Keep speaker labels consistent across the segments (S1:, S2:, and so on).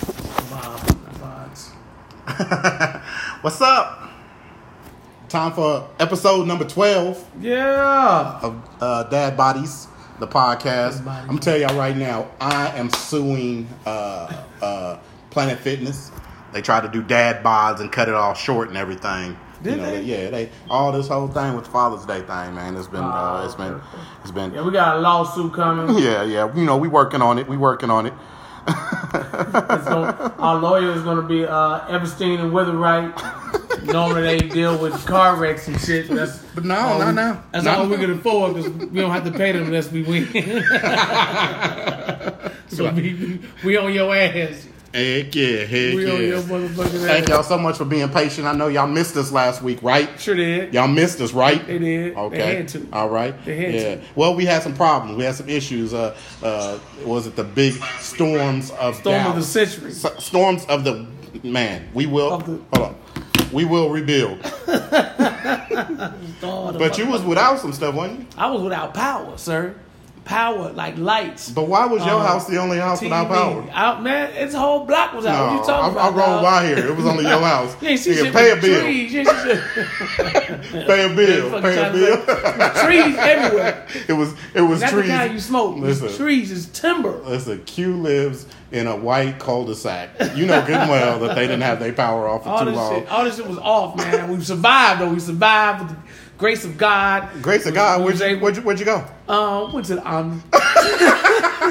S1: Bob vibes.
S2: What's up? Time for episode number 12
S1: Yeah.
S2: of uh, Dad Bodies, the podcast.
S1: Dad Bodies.
S2: I'm telling y'all right now, I am suing uh, uh, Planet Fitness. They tried to do dad bods and cut it all short and everything.
S1: Did they?
S2: Yeah, they all this whole thing with Father's Day thing, man. It's been,
S1: Ah,
S2: uh, it's been,
S1: okay.
S2: it's been.
S1: Yeah, we got a lawsuit coming.
S2: Yeah, yeah. You know, we working on it. We working on it.
S1: It's gonna, our lawyer is going to be uh, Everstein and Witherright. Normally they deal with car wrecks and shit. That's,
S2: But no,
S1: all
S2: no,
S1: we-
S2: no.
S1: That's
S2: No.
S1: all we can afford because we don't have to pay them unless we win. so we, we on your ass.
S2: Heck yeah, heck
S1: We on your
S2: yeah.
S1: motherfucking ass.
S2: Thank y'all so much for being patient. I know y'all missed us last week, right?
S1: Sure did.
S2: Y'all missed us, right?
S1: They did.
S2: Okay.
S1: They had to.
S2: All right.
S1: They had
S2: yeah.
S1: to.
S2: Well, we had some problems. We had some issues. Uh, uh, was it the big storms of
S1: Storm of the
S2: Dallas?
S1: century.
S2: S- storms of the man? We will.
S1: Of the-
S2: hold on. We will rebuild. But you was without some stuff, wasn't you?
S1: I was without power, sir. Power, like lights.
S2: But why was your
S1: Uh,
S2: house the only house without
S1: TV.
S2: power? Oh,
S1: Out, man, its whole block was out. what you
S2: I,
S1: talking
S2: I
S1: about?
S2: rolled
S1: dog?
S2: by here. It was only your house.
S1: You ain't see
S2: Nigga,
S1: shit
S2: pay a
S1: with
S2: bill.
S1: trees. You ain't see shit.
S2: Pay a bill.
S1: Fucking
S2: Pay a
S1: trying to
S2: bill.
S1: make- trees everywhere.
S2: It was it was
S1: That's
S2: trees.
S1: the kind you smoke.
S2: Listen.
S1: Trees is timber.
S2: Listen, Q lives in a white cul-de-sac. You know good and well that they didn't have their power off for
S1: All
S2: too
S1: this
S2: long.
S1: shit. All this shit was off, man. We survived though. We survived with the grace of God.
S2: Grace of
S1: We-
S2: God,
S1: we
S2: where'd
S1: was
S2: you,
S1: able-
S2: where'd, you, where'd you go?
S1: Um, went to the army.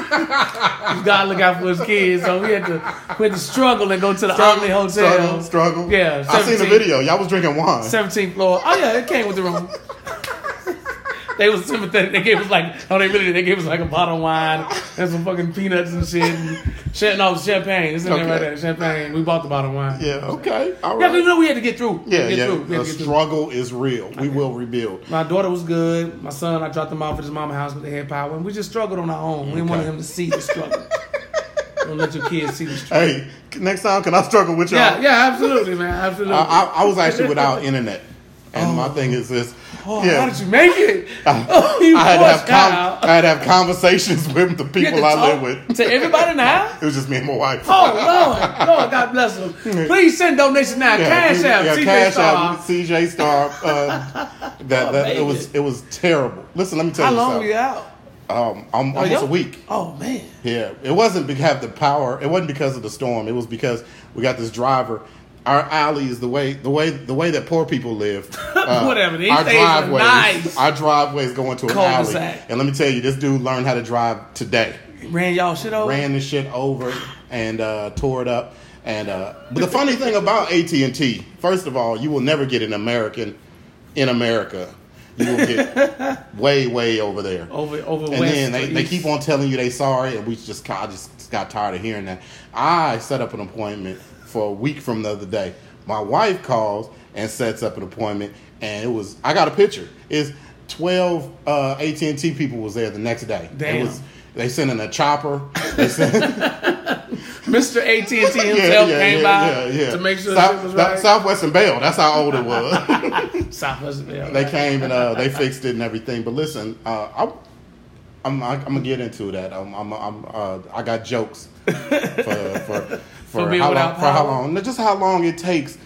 S1: God look out for his kids, so we had to we had to struggle and go to the Omni Hotel.
S2: struggle, struggle.
S1: Yeah,
S2: I seen the
S1: 17
S2: video. Y'all was drinking wine.
S1: 17th floor. Oh yeah, it came with the room. they was sympathetic. They gave us like no, they really they gave us like a bottle of wine and some fucking peanuts and shit. And shit no, it was champagne. It's in there right
S2: Okay.
S1: there. Champagne. We bought the bottle of wine.
S2: Yeah, okay, all
S1: Yeah, we
S2: right.
S1: know we had to get through. We had
S2: Yeah,
S1: to get
S2: yeah.
S1: through. We had to
S2: The
S1: get through.
S2: struggle is real. We will rebuild.
S1: My daughter was good. My son, I dropped him off at his mama house with the head power, and we just struggled on our own. We didn't want
S2: Okay.
S1: him to see the struggle. Don't let your kids see the struggle.
S2: Hey, next time can I struggle with y'all?
S1: Yeah, yeah, absolutely, man, absolutely.
S2: I, I, I was actually without internet, and my thing is this.
S1: oh,
S2: yeah.
S1: How did you make it? oh, you
S2: I had, to have
S1: forced
S2: com-
S1: child.
S2: I had to have conversations with the
S1: You had
S2: people
S1: to
S2: I
S1: talk
S2: live with.
S1: to everybody now.
S2: It was just me and my wife.
S1: Oh Lord, Lord, God bless them. Please send donation now. cash
S2: we-
S1: out,
S2: yeah,
S1: CJ
S2: Cash
S1: Star.
S2: App, CJ Star. Uh, that,
S1: Oh,
S2: that it
S1: baby.
S2: was it was terrible. Listen, let me tell
S1: How
S2: you
S1: long we
S2: something.
S1: out?
S2: Um, um,
S1: Oh,
S2: almost
S1: y'all-
S2: a week.
S1: Oh man,
S2: Yeah, it wasn't because have the power. It wasn't because of the storm. It was because we got this driver. Our alleys, the way the way the way that poor people live, uh,
S1: Whatever, these days are nice.
S2: our driveways go into an alley.
S1: Cul-de-sac.
S2: And let me tell you, this dude learned how to drive today.
S1: ran y'all shit over.
S2: Ran this shit over and uh, tore it up. And uh, but the funny thing about AT and T, first of all, you will never get an American in America. You will get way way over there
S1: over over
S2: and
S1: Oh, west.
S2: then they,
S1: or
S2: they
S1: east.
S2: keep on telling you they sorry, and we just ki- I just got tired of hearing that. I set up an appointment for a week from the other day. My wife calls and sets up an appointment, and it was I got a picture. It's twelve uh, AT and T people was there the next day. It
S1: Damn.
S2: was, they sent in a chopper. They sent,
S1: Mr. AT and T himself came by to make sure
S2: South-
S1: the shit was
S2: that-
S1: right.
S2: Southwest and Bell. That's how old it was.
S1: Southwest, yeah,
S2: they
S1: right.
S2: came and uh, they fixed it and everything. But listen, uh, I, I'm, I'm gonna get into that. I'm, I'm, I'm uh, I got jokes for for for,
S1: being
S2: how long,
S1: without
S2: for how
S1: power?
S2: long, just how long it takes.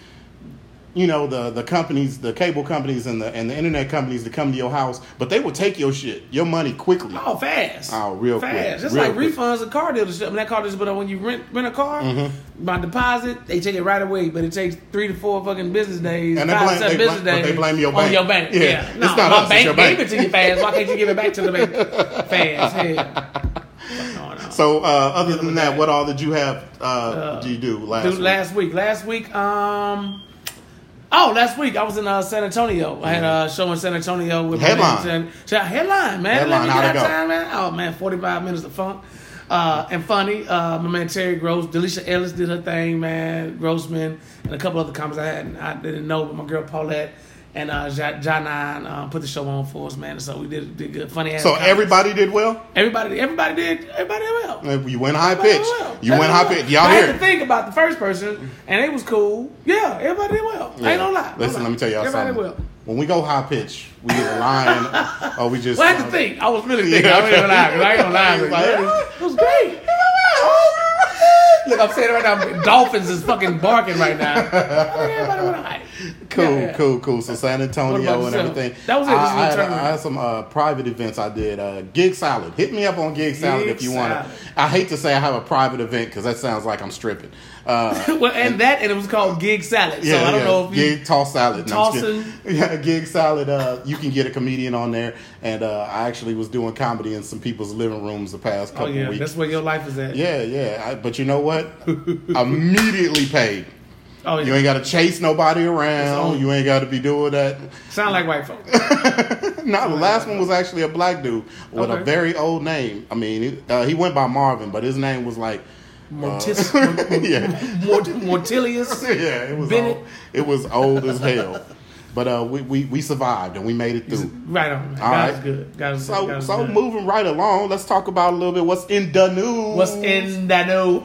S2: You know the the companies, the cable companies, and the and the internet companies to come to your house, but they will take your shit, your money quickly.
S1: Oh, fast.
S2: Oh, real
S1: fast.
S2: quick,
S1: Just
S2: real
S1: like
S2: quick.
S1: refunds of car dealership. I mean, that car dealership, but when you rent rent a car,
S2: Mm-hmm.
S1: my deposit, they take it right away, but it takes three to four fucking business days.
S2: And they
S1: five,
S2: blame-
S1: seven
S2: they
S1: business
S2: blame- but
S1: days
S2: they blame your
S1: On
S2: bank.
S1: your bank.
S2: Yeah.
S1: Yeah.
S2: It's
S1: No,
S2: not
S1: my
S2: us, it's
S1: bank
S2: your bank.
S1: gave it to you fast. Why can't you give it back to the bank fast? Yeah. No, no.
S2: So uh, other than that, what all did you have? Uh, do you do last?
S1: Dude,
S2: week?
S1: last week. Last week, um, oh, last week I was in uh, San Antonio. I had a show in San Antonio with
S2: Headline.
S1: my man. San- San- headline, man.
S2: Headline,
S1: Let me
S2: how'd it
S1: get
S2: go?
S1: out time, man. Oh man, forty five minutes of funk. Uh, and funny, uh, my man Terry Gross, Delisha Ellis did her thing, man. Grossman and a couple other comics I had I didn't know, but my girl Paulette and uh, Ja- Ja Nine uh, put the show on for us, man. So we did, did good, funny ass.
S2: So
S1: comics.
S2: everybody did well.
S1: everybody, everybody did, everybody did well.
S2: You went high pitch.
S1: Well,
S2: You went high
S1: everybody
S2: pitch.
S1: well.
S2: Y'all
S1: I
S2: hear?
S1: had
S2: it.
S1: to think about the first person, and it was cool. Yeah, everybody did well. I
S2: Yeah.
S1: Ain't no lie. no
S2: Listen,
S1: lie.
S2: let me tell y'all
S1: everybody
S2: something.
S1: did well.
S2: When we go high pitch, we either lying or we just. uh,
S1: Well, I had to think. I was really thinking.
S2: Yeah,
S1: I was
S2: okay.
S1: even lying. I ain't gonna lie.
S2: Like,
S1: Like, it was great. Look, I'm saying it right now, dolphins is fucking barking right now. Everybody went, "All right."
S2: Cool,
S1: Yeah, yeah.
S2: cool, cool. So San
S1: What about
S2: Antonio and
S1: yourself?
S2: everything.
S1: That was it,
S2: I,
S1: this was
S2: I,
S1: a
S2: had, I
S1: tournament.
S2: had some uh, private events I did. Uh, Gig Salad. Hit me up on Gig Salad if you want
S1: Salad.
S2: to. I hate to say I have a private event because that sounds like I'm stripping. Uh,
S1: Well, and that, and it was called gig salad. so I don't know if you.
S2: gig toss salad. No, I'm just
S1: Tossing.
S2: kidding. yeah, gig salad. Uh, you can get a comedian on there, and uh, I actually was doing comedy in some people's living rooms the past
S1: Oh
S2: couple
S1: yeah,
S2: weeks.
S1: that's where your life is at.
S2: Yeah, yeah. I, but you know what? Immediately paid.
S1: Oh yeah.
S2: You ain't got to chase nobody
S1: on.
S2: around. You ain't got to be doing that.
S1: Sound like white folks.
S2: Uh. No, the last one was actually a black dude with
S1: Okay.
S2: a very old name. I mean, he- uh, he went by Marvin, but his name was like,
S1: Mortis,
S2: yeah.
S1: mort- Mortilius.
S2: yeah, it was
S1: Bennett.
S2: old. It was old as hell. But uh, we, we we survived and we made it through.
S1: Right on. Man.
S2: All
S1: God's
S2: right.
S1: good. God's good.
S2: So
S1: God's
S2: so
S1: good.
S2: moving right along, let's talk about a little bit what's in the news.
S1: What's in that no?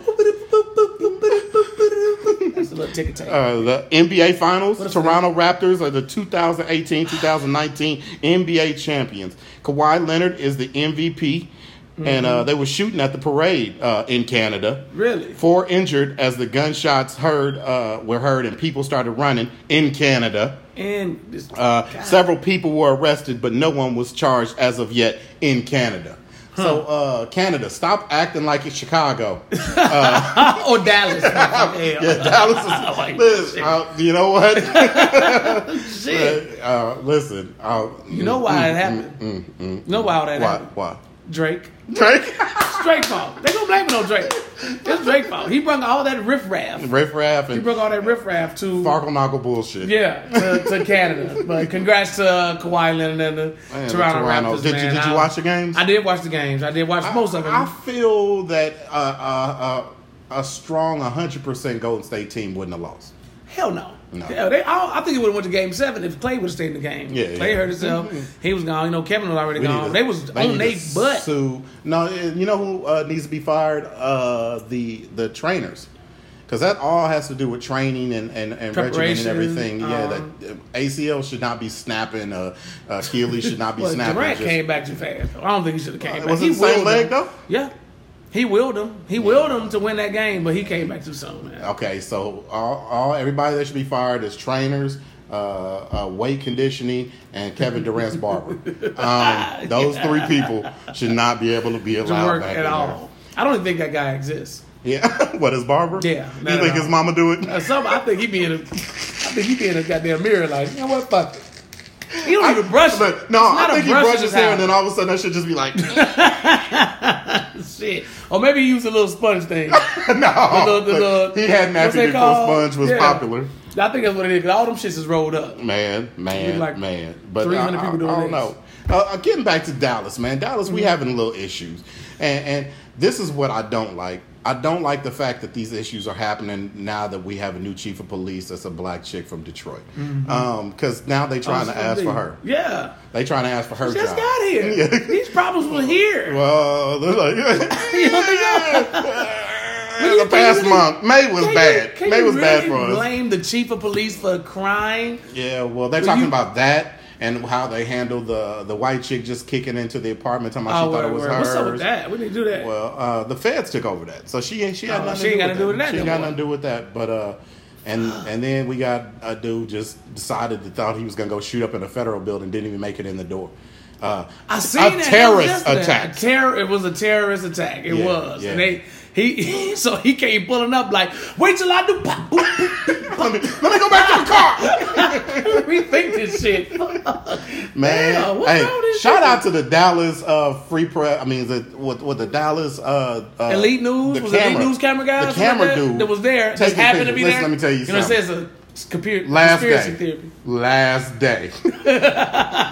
S1: That's a little ticket tape.
S2: Uh, the NBA Finals,
S1: What is
S2: Toronto Raptors are the 2018-2019 NBA champions. Kawhi Leonard is the MVP, and uh, they were shooting at the parade uh, in Canada.
S1: Mm-hmm. really?
S2: Four injured as the gunshots heard uh, were heard and people started running in Canada.
S1: And this,
S2: Uh, several people were arrested, but no one was charged as of yet in Canada. So, uh, Canada, stop acting like it's Chicago.
S1: or Oh, Dallas. yeah.
S2: Yeah, Dallas is.
S1: Like,
S2: listen,
S1: shit.
S2: uh, you know what?
S1: Shit.
S2: uh, listen. Uh,
S1: You know why it
S2: Mm,
S1: happened? you know why all that
S2: Why?
S1: happened?
S2: Why?
S1: Drake.
S2: Drake?
S1: It's Drake's fault. They don't blame it on Drake. It's Drake's fault. He brought all that riffraff.
S2: Riff Raff
S1: He
S2: and
S1: brought all that riffraff to
S2: Farkle Knockle bullshit.
S1: yeah to, to Canada. But congrats to uh, Kawhi Leonard and the
S2: Man, the
S1: Toronto,
S2: Toronto.
S1: Raptors.
S2: Did you-
S1: man.
S2: did you
S1: I-
S2: watch the games?
S1: I did watch the games. I did watch most of them.
S2: I feel that uh, uh, uh, a strong 100% Golden State team wouldn't have lost.
S1: Hell no.
S2: No.
S1: Hell, they, I, I think it would have went to game seven if Clay would have stayed in the game. Clay
S2: Yeah, yeah. Mm-hmm.
S1: hurt himself. He was gone. You know, Kevin was already
S2: We
S1: gone.
S2: need to-
S1: they was on
S2: need
S1: their
S2: to
S1: butt.
S2: Sue. No, you know who uh, needs to be fired? Uh, the the trainers, because that all has to do with training and and, and regimen and
S1: Preparation,
S2: everything. yeah,
S1: um,
S2: that uh, ACL should not be snapping. Uh, uh, Achilles should not be
S1: But
S2: snapping.
S1: Durant
S2: just-
S1: came back too fast. I don't think he should have came back.
S2: Uh, was it
S1: he
S2: the same
S1: willed
S2: leg,
S1: him.
S2: though?
S1: Yeah. He willed him. He willed him to win that game, but he came back too soon, man.
S2: Okay, so all, all everybody that should be fired is trainers, uh, uh, weight conditioning, and Kevin Durant's barber. Um, those three people should not be able to be
S1: To
S2: allowed
S1: work
S2: back
S1: at
S2: in
S1: all.
S2: there.
S1: I don't even think that guy exists.
S2: Yeah, what is barber?
S1: Yeah,
S2: you
S1: not at
S2: think
S1: all.
S2: his mama do it?
S1: Uh, some, I think he be in a, I think he be in a goddamn mirror like, you know what, fuck it. He don't even brush
S2: Look,
S1: it.
S2: no,
S1: It's
S2: I
S1: not a
S2: think he
S1: brush in
S2: brushes hair,
S1: house.
S2: and then all of a sudden that should just be like,
S1: Shit. Or maybe he used a little sponge thing.
S2: no.
S1: The- the- the-
S2: he
S1: what's
S2: had nappy
S1: that
S2: before
S1: called?
S2: sponge was
S1: Yeah.
S2: popular.
S1: I think that's what it is. 'cause all them shits is rolled up.
S2: Man, man,
S1: Be like
S2: man. But
S1: 300
S2: I,
S1: people doing
S2: I, I
S1: this. Mm-hmm.
S2: don't know. Uh, uh, getting back to Dallas, man. Dallas, we having little issues, and and this is what I don't like. I don't like the fact that these issues are happening now that we have a new chief of police that's a black chick from Detroit.
S1: Mm-hmm.
S2: Because now they trying to ask for her.
S1: Yeah.
S2: They trying to ask for her
S1: Oh, Just
S2: job.
S1: got here. These problems were here.
S2: Well, they're like,
S1: you
S2: the
S1: think
S2: past
S1: really-
S2: month, May was
S1: Can you-
S2: bad.
S1: can
S2: May
S1: you
S2: was bad
S1: really
S2: for us.
S1: blame the chief of police for crying?
S2: Yeah, well, they're talking
S1: you-
S2: about that and how they handled the the white chick just kicking into the apartment, talking about
S1: Oh,
S2: she thought
S1: word,
S2: it was
S1: word.
S2: hers.
S1: what's up with that? We need to do that.
S2: Well, uh, the feds took over that, so she ain't she had
S1: Oh,
S2: nothing
S1: she ain't got
S2: to do with
S1: to do with that
S2: She
S1: no
S2: ain't got
S1: more.
S2: nothing to do with that, but uh, and and then we got a dude just decided that thought he was gonna go shoot up in a federal building, didn't even make it in the door. Uh,
S1: I seen
S2: a
S1: that. That was
S2: terrorist
S1: yesterday.
S2: attack.
S1: A terror. It was a terrorist attack. It
S2: Yeah,
S1: was.
S2: yeah.
S1: And they. He so he came pulling up like, wait till I do pop, boop, boop,
S2: let, me, let me go back to the car.
S1: boop." rethink this shit.
S2: Man,
S1: Damn, what's
S2: hey,
S1: wrong with this
S2: shout
S1: nigga?
S2: out to the Dallas uh, Free Press. I mean, the, what what the Dallas uh, uh,
S1: Elite News
S2: the
S1: was it Elite News camera guy, or
S2: the
S1: something like
S2: camera
S1: that,
S2: dude
S1: that was there, just
S2: taking
S1: happened to be
S2: pictures.
S1: there.
S2: Listen, let me tell you,
S1: you know, it
S2: something.
S1: says a it's computer,
S2: last
S1: conspiracy
S2: day,
S1: theory.
S2: last day.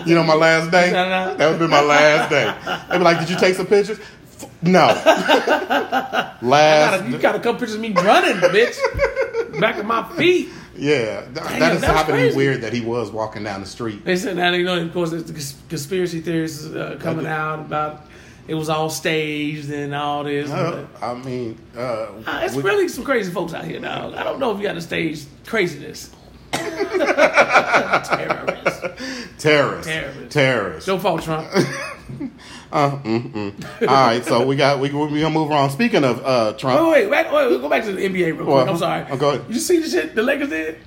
S2: you know my last day.
S1: Shout out.
S2: That would be my last day. They'd be like, "Did you take some pictures?" F- No. last,
S1: Gotta, you gotta come pictures of me running, bitch, back of my feet.
S2: yeah. Th- that
S1: Damn,
S2: is
S1: that's
S2: happening
S1: crazy.
S2: weird that he was walking down the street.
S1: They said now you know, of course, it's the cons- conspiracy theorists uh, coming out about it was all staged and all this.
S2: Uh, I mean, uh,
S1: But, uh, it's
S2: we-
S1: really some crazy folks out here, dog. I don't know if you got to stage craziness. Terrorists.
S2: terrorist,
S1: Terrorist.
S2: terrorist.
S1: Don't fault Trump.
S2: Uh, mm, mm. All right, so we got we we gonna move on. Speaking of uh, Trump,
S1: Oh, Wait, wait, wait, wait, wait, go back to the NBA real
S2: What?
S1: quick. I'm sorry.
S2: Oh, go ahead.
S1: You see the shit the Lakers did?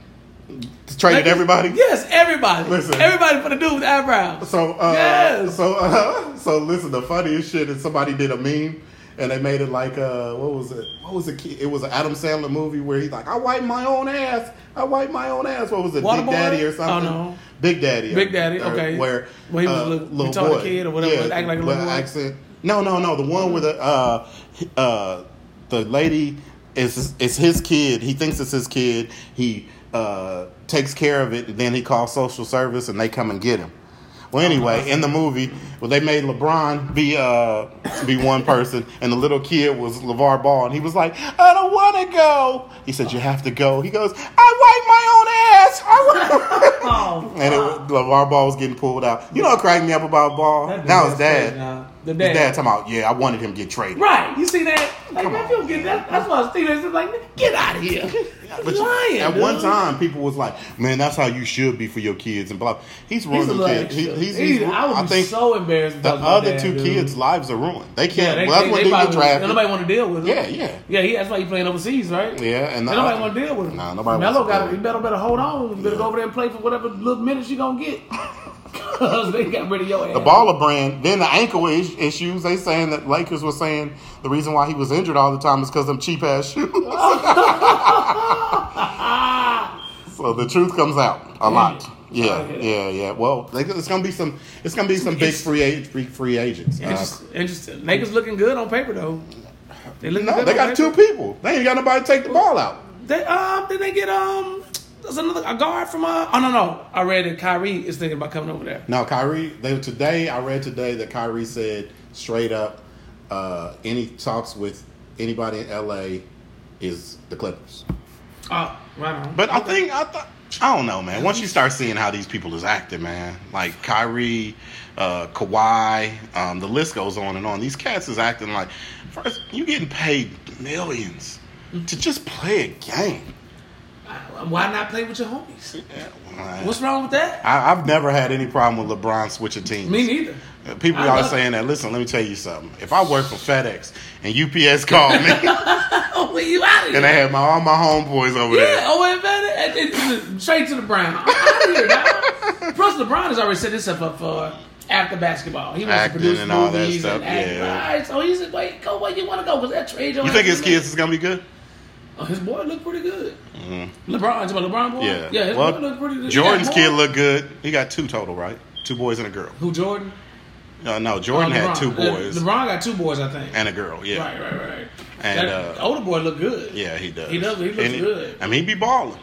S2: traded
S1: Lakers-
S2: everybody.
S1: Yes, everybody.
S2: Listen.
S1: Everybody for the dude with the eyebrows.
S2: So uh,
S1: Yes.
S2: so uh, so listen, the funniest shit is somebody did a meme and they made it like uh, what was it? What was the key? It was an Adam Sandler movie where he's like, I wipe my own ass. I wipe my own ass. What was it?
S1: Waterboy?
S2: Big Daddy or
S1: Oh,
S2: something?
S1: no.
S2: Big Daddy.
S1: Big Daddy,
S2: Or-
S1: okay.
S2: Where
S1: Where he was
S2: uh,
S1: a little
S2: little
S1: retarded
S2: boy.
S1: kid or whatever, act like a little
S2: with
S1: boy?
S2: Accent. No, no, no. The one where the uh, uh, the lady is is his kid. He thinks it's his kid. He uh, takes care of it, and then he calls social service, and they come and get him. Well, anyway, in the movie, well, they made LeBron be uh, be one person, and the little kid was LeVar Ball, and he was like, "I don't want to go." He said, "You have to go." He goes, "I wipe my own ass." I wipe.
S1: Oh,
S2: And it, LeVar Ball was getting pulled out. You know what cracked me up about Ball?
S1: That dude
S2: Now his
S1: is
S2: dad.
S1: crazy, nah. The
S2: His
S1: dad.
S2: dad talking about, yeah, I wanted him to get traded.
S1: Right, you see that? Like,
S2: Come
S1: man,
S2: on.
S1: you don't get that. That's why Steelers is like, nigga, get out of here.
S2: But
S1: You're
S2: you-
S1: lying,
S2: at one
S1: dude.
S2: time, people was like, "Man, that's how you should be for your kids." And blah. He's
S1: he's
S2: ruining
S1: a
S2: them
S1: little
S2: kids.
S1: extra.
S2: He- he's,
S1: He-
S2: he's,
S1: I would
S2: I
S1: be
S2: think
S1: so embarrassed. if
S2: the
S1: I was my
S2: other
S1: dad,
S2: two
S1: dude.
S2: kids' lives are ruined. They
S1: yeah,
S2: can't.
S1: they,
S2: well, that's
S1: they,
S2: when
S1: they
S2: they get
S1: probably-
S2: drafted.
S1: nobody want to deal with him.
S2: Yeah, yeah.
S1: yeah. He, that's why he's playing overseas, right?
S2: Yeah, and the-
S1: Then nobody want to deal with him.
S2: Nah, nobody
S1: Melo
S2: wants to
S1: got
S2: deal
S1: you better better hold on. You better go over there and play for whatever little minutes you gonna get. Cause they got rid of your ass.
S2: The baller brand, then the ankle is- issues. They saying that Lakers were saying the reason why he was injured all the time is because them cheap ass shoes.
S1: Ah!
S2: so the truth comes out a lot. Yeah,
S1: Okay.
S2: yeah, yeah. Well, like, it's gonna be some. It's gonna be some big
S1: It's-
S2: free ag- free, free agents. Uh,
S1: Interesting. Interesting. Lakers looking good on paper though. They looking
S2: no,
S1: good
S2: they
S1: on
S2: got two
S1: paper.
S2: people. They ain't got nobody to take the ball out.
S1: They um did they get um there's another a guard from uh oh no no I read that Kyrie is thinking about coming over there.
S2: No, Kyrie. They today. I read today that Kyrie said straight up, uh, any talks with anybody in LA is the Clippers.
S1: Oh, right on.
S2: But I think I thought I don't know, man. Once you start seeing how these people is acting, man, like Kyrie, uh, Kawhi, um, the list goes on and on. These cats is acting like first you getting paid millions to just play a game.
S1: Why not play with your homies?
S2: Like,
S1: What's wrong with that?
S2: I, I've never had any problem with LeBron switching teams.
S1: Me neither.
S2: Uh, People
S1: I
S2: are
S1: love-
S2: saying that. Listen, let me tell you something. If I work for FedEx and UPS called me
S1: Oh, well, you out of
S2: and
S1: here.
S2: they had my all my homeboys over
S1: Yeah,
S2: there,
S1: oh, wait, man. it- it- it's Straight to the Brown. I'm out of here, dog. Plus, LeBron has already set himself up for after basketball. He wants
S2: Acting
S1: to produce
S2: and all that
S1: movies
S2: stuff,
S1: and act.
S2: yeah.
S1: Right, so he said, wait, go where you want to go because that trade.
S2: you think his kids is gonna be good?
S1: Oh, his boy looked pretty good. LeBron, you talking about LeBron boy?
S2: Mm-hmm. Yeah.
S1: yeah his
S2: well,
S1: boy looked pretty good. He
S2: Jordan's
S1: got
S2: kid
S1: more-
S2: looked good. He got two total, right? Two boys and a girl.
S1: Who, Jordan?
S2: Uh, no, Jordan
S1: Oh,
S2: had
S1: LeBron.
S2: two boys
S1: Uh, LeBron got two boys, I think.
S2: and a girl. Yeah,
S1: Right, right, right.
S2: And,
S1: that, the
S2: uh,
S1: older boy looked good.
S2: yeah, he does.
S1: He does. He looks
S2: And
S1: good.
S2: I mean, he be balling.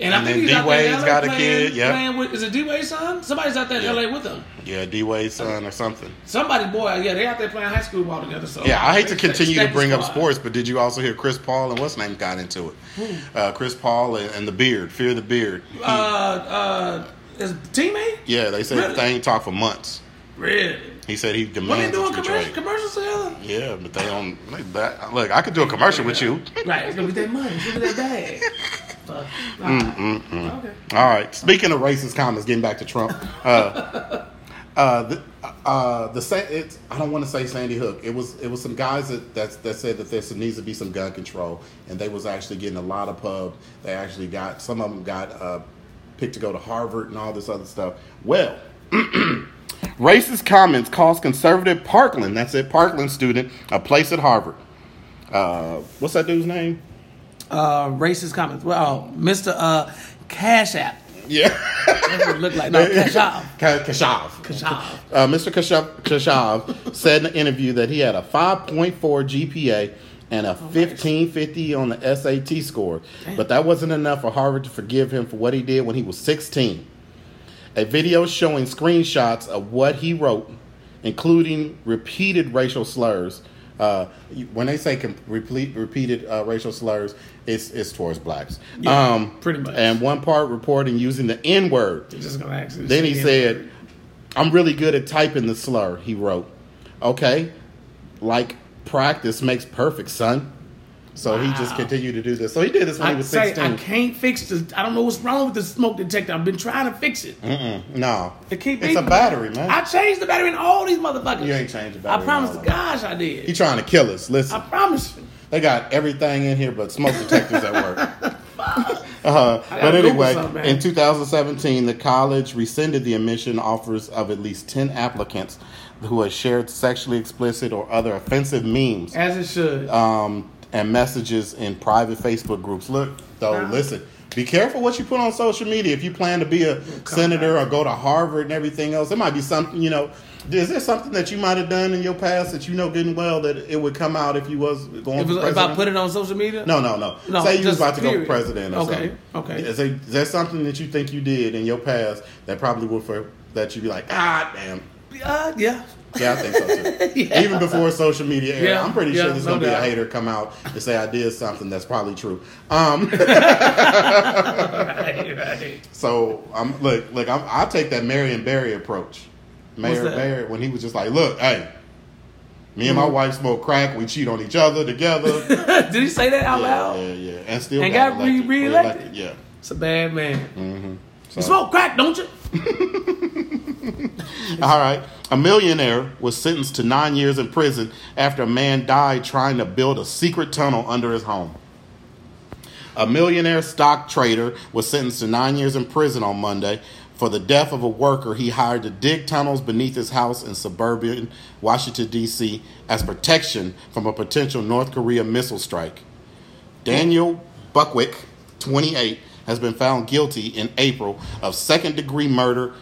S1: And, I
S2: and
S1: think
S2: then
S1: he's out there in
S2: D-Wade's
S1: LA
S2: got a
S1: playing,
S2: kid, yeah.
S1: playing with, is it D-Wade's son? Somebody's out there in
S2: Yeah.
S1: L.A. with him.
S2: Yeah, D Wade's son or something.
S1: Somebody, boy, yeah, they out there playing high school ball together. So
S2: Yeah, I hate to
S1: Stay-
S2: continue
S1: stay
S2: to bring up
S1: squad.
S2: sports, but did you also hear Chris Paul and what's name got into it? Uh, Chris Paul and, and the beard, fear the beard. He-
S1: Uh, uh, his teammate,
S2: yeah, they said
S1: really?
S2: they ain't talked for months.
S1: really?
S2: He said he
S1: What they
S2: demands
S1: doing
S2: to be
S1: commercial,
S2: traded.
S1: commercials together?
S2: Yeah, but they don't. like that. Look, I could do a commercial with you.
S1: Right, it's gonna be that money, it's gonna be that bag. Fuck.
S2: Mm,
S1: Alright. Okay.
S2: All right. Speaking of racist comments, getting back to Trump. Uh, uh, the, uh, the Sa- it's, I don't want to say Sandy Hook. It was it was some guys that that, that said that there needs to be some gun control, and they was actually getting a lot of pub. They actually got some of them got uh, picked to go to Harvard and all this other stuff. Well. Racist comments cost conservative Parkland, that's it, Parkland student, a place at Harvard. Uh, what's that dude's name?
S1: Uh, racist comments. Well, oh, Mr. Uh, Cash App.
S2: Yeah.
S1: That's what it looked like. No, Cash App.
S2: Ka- Kashav.
S1: Cash App.
S2: Uh, Mr. Kashav, Kashav said in an interview that he had a 5.4 GPA and
S1: Oh,
S2: a 1550 on the SAT score, but that wasn't enough for Harvard to forgive him for what he did when he was 16. A video showing screenshots of what he wrote, including repeated racial slurs. Uh, you- when they say com- repeat, repeated uh, racial slurs, it's, it's towards blacks. Um,
S1: Yeah, pretty much.
S2: And one part reporting using the N word.
S1: You're just gonna ask this
S2: Then he
S1: shit
S2: said, I'm really good at typing the slur, he wrote. Okay, like practice makes perfect, son. So he just
S1: Wow.
S2: continued to do this. So he did this when he
S1: I
S2: was
S1: say I
S2: 16.
S1: can't fix this. I don't know what's wrong with the smoke detector. I've been trying to fix it.
S2: Mm-mm, no.
S1: It keep
S2: Mm-hmm. Mm, it's a
S1: beeping.
S2: battery, man.
S1: I changed the battery in all these motherfuckers.
S2: You ain't changed the battery
S1: I
S2: in
S1: promise
S2: all
S1: to
S2: of
S1: gosh I did.
S2: he trying to kill us.
S1: I
S2: Listen,
S1: promise you.
S2: they got everything in here but smoke detectors at work.
S1: I
S2: Uh, but
S1: gotta Google
S2: anyway,
S1: something, man.
S2: in 2017, the college rescinded the admission offers of at least 10 applicants who had shared sexually explicit or other offensive memes
S1: As it should.
S2: um, and messages in private Facebook groups. Look, though,
S1: Nah.
S2: listen, be careful what you put on social media. If you plan to be a senator or go to Harvard and everything else, it might be something, you know. Is there something that you might have done in your past that you know good and well that it would come out if you was going
S1: if,
S2: for
S1: if I
S2: president?
S1: put it on social media?
S2: No, no, no.
S1: No,
S2: Say you was
S1: just
S2: about to go
S1: period.
S2: president or
S1: Okay,
S2: something.
S1: okay.
S2: Is there, is there something that you think you did in your past that probably would for that you'd be like, ah, damn.
S1: Uh, yeah.
S2: Yeah, I think so too.
S1: Yeah.
S2: Even before social media era,
S1: Yeah,
S2: I'm pretty sure
S1: yeah,
S2: there's
S1: no
S2: gonna be
S1: doubt.
S2: a hater come out to say I did something that's probably true. Um,
S1: Right, right.
S2: so I'm look, look, I'm, I take that Marion Barry approach. Mayor
S1: that? Mm-hmm.
S2: Barry, when he was just like, look, hey, me and my wife smoke crack, we cheat on each other together.
S1: Did he say that out
S2: yeah,
S1: loud?
S2: yeah, yeah, and still
S1: And got re-
S2: elected,
S1: reelected.
S2: Yeah.
S1: It's a bad man.
S2: Mm-hmm. So-
S1: You smoke crack, don't you?
S2: All right. A millionaire was sentenced to nine years in prison after a man died trying to build a secret tunnel under his home. A millionaire stock trader was sentenced to nine years in prison on Monday for the death of a worker he hired to dig tunnels beneath his house in suburban Washington, D.C., as protection from a potential North Korea missile strike. Daniel Buckwick, 28, has been found guilty in April of second degree murder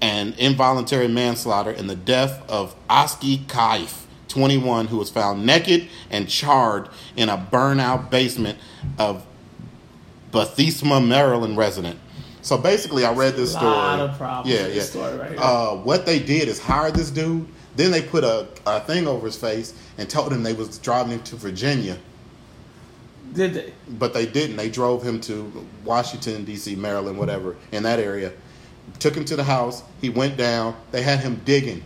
S2: and involuntary manslaughter in the death of Oski Kaif, 21, who was found naked and charred in a burnout basement of Bethesda, Maryland resident. So basically, I read this
S1: Lot
S2: story.
S1: of problems
S2: yeah,
S1: with
S2: yeah.
S1: this story right here.
S2: Uh, what they did is hire this dude. Then they put a, a thing over his face and told him they was driving him to Virginia
S1: Did they?
S2: but they didn't. They drove him to Washington, D.C., Maryland, whatever, in that area. Took him to the house. He went down. They had him digging.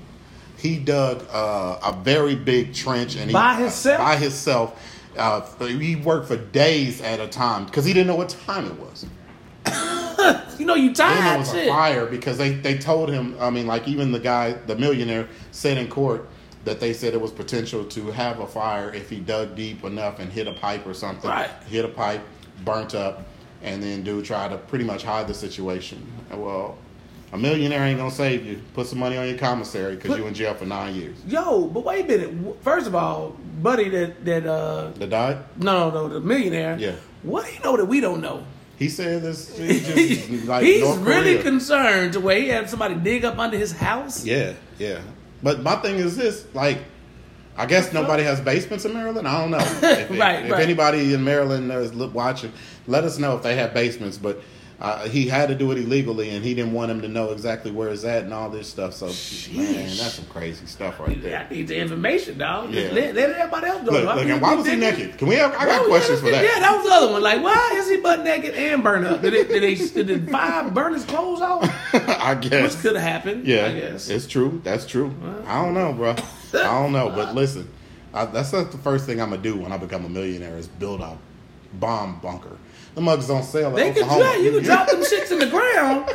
S2: He dug uh, a very big trench and he,
S1: By himself?
S2: by himself. Uh, he worked for days at a time because he didn't know what time it was.
S1: You know you
S2: Then there
S1: tired,
S2: was
S1: Ah, shit.
S2: a fire because they, they told him. I mean, like even the guy, the millionaire, said in court that they said it was potential to have a fire if he dug deep enough and hit a pipe or something.
S1: Right.
S2: Hit a pipe, burnt up, and then dude tried to pretty much hide the situation. Well, a millionaire ain't gonna save you. Put some money on your commissary because
S1: Put-
S2: you in jail for nine years.
S1: Yo, but wait a minute. First of all, buddy, that that uh,
S2: The died.
S1: no, no, no, the millionaire.
S2: Yeah.
S1: What do you know that we don't know?
S2: He said this. he just, like,
S1: He's
S2: North
S1: really
S2: Korea.
S1: concerned to where he had somebody dig up under his house.
S2: Yeah, yeah. But my thing is this: like, I guess nobody has basements in Maryland. I don't know. If, if-
S1: Right,
S2: if
S1: right.
S2: anybody in Maryland is li- watching, let us know if they have basements. But uh, he had to do it illegally, and he didn't want him to know exactly where it's at and all this stuff. So, man, that's some crazy stuff right there.
S1: I need the information, dog. Just
S2: Yeah.
S1: Let, let everybody else know.
S2: Look,
S1: dog.
S2: look,
S1: You-
S2: and why
S1: you
S2: was he
S1: dig it?
S2: naked? Can we have? I
S1: Oh,
S2: got
S1: yeah,
S2: questions for
S1: that's- Yeah,
S2: that.
S1: that was the other one. Like, why is he butt naked and burn up? Did, it, did, they, did the fire burn his clothes off?
S2: I guess.
S1: Which could have happened.
S2: Yeah,
S1: I guess.
S2: it's true. That's true. I don't know, bro. I don't know, but listen, I, that's not the first thing I'm gonna do when I become a millionaire is build a bomb bunker. The mugs don't sell.
S1: They
S2: at
S1: could
S2: Oklahoma.
S1: drop, you could drop them shits in the ground.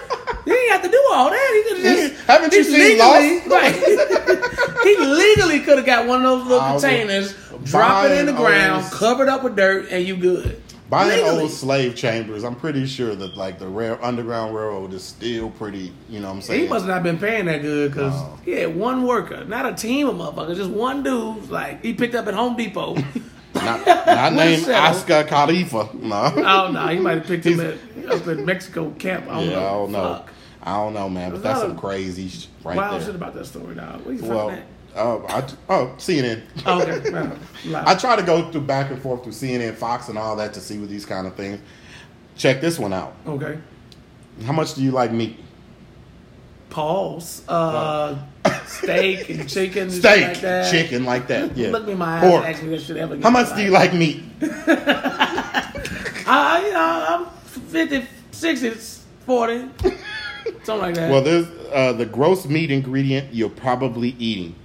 S1: You ain't have to do all that. He could just
S2: Haven't you
S1: he
S2: seen
S1: legally,
S2: Lost?
S1: Right. he legally could have got one of those little
S2: I would
S1: containers, drop it in the
S2: buy an
S1: ground,
S2: old-
S1: covered up with dirt, and you good.
S2: By the
S1: Legally.
S2: old slave chambers, I'm pretty sure that like the rare underground railroad is still pretty. You know what I'm saying?
S1: He must not been paying that good because
S2: No.
S1: he had one worker, not a team of motherfuckers, just one dude. Like he picked up at Home Depot.
S2: not, not
S1: Would've
S2: named
S1: settled.
S2: Oscar Khalifa. No.
S1: oh no, he might have picked him at, up at Mexico camp. I don't
S2: yeah,
S1: know.
S2: I don't know.
S1: Fuck.
S2: I don't know, man.
S1: There's
S2: But that's
S1: a lot
S2: some
S1: of
S2: crazy sh- right
S1: Wild shit
S2: there.
S1: about that story, dog. What you
S2: Well,
S1: fucking
S2: oh, I, oh, CNN.
S1: at? Oh, okay, well,
S2: I try to go through back and forth through CNN, Fox, and all that to see with these kind of things. Check this one out.
S1: okay.
S2: How much do you like meat?
S1: Pause. Uh, steak and chicken. and shit
S2: Steak,
S1: like that.
S2: chicken, like that. Yeah.
S1: Look me in my eyes.
S2: Pork.
S1: and Ask me that shit ever again.
S2: How much do you like meat?
S1: I, I, you know, I'm 50, 60, 40. Something like that.
S2: Well, there's uh, the gross meat ingredient you're probably eating.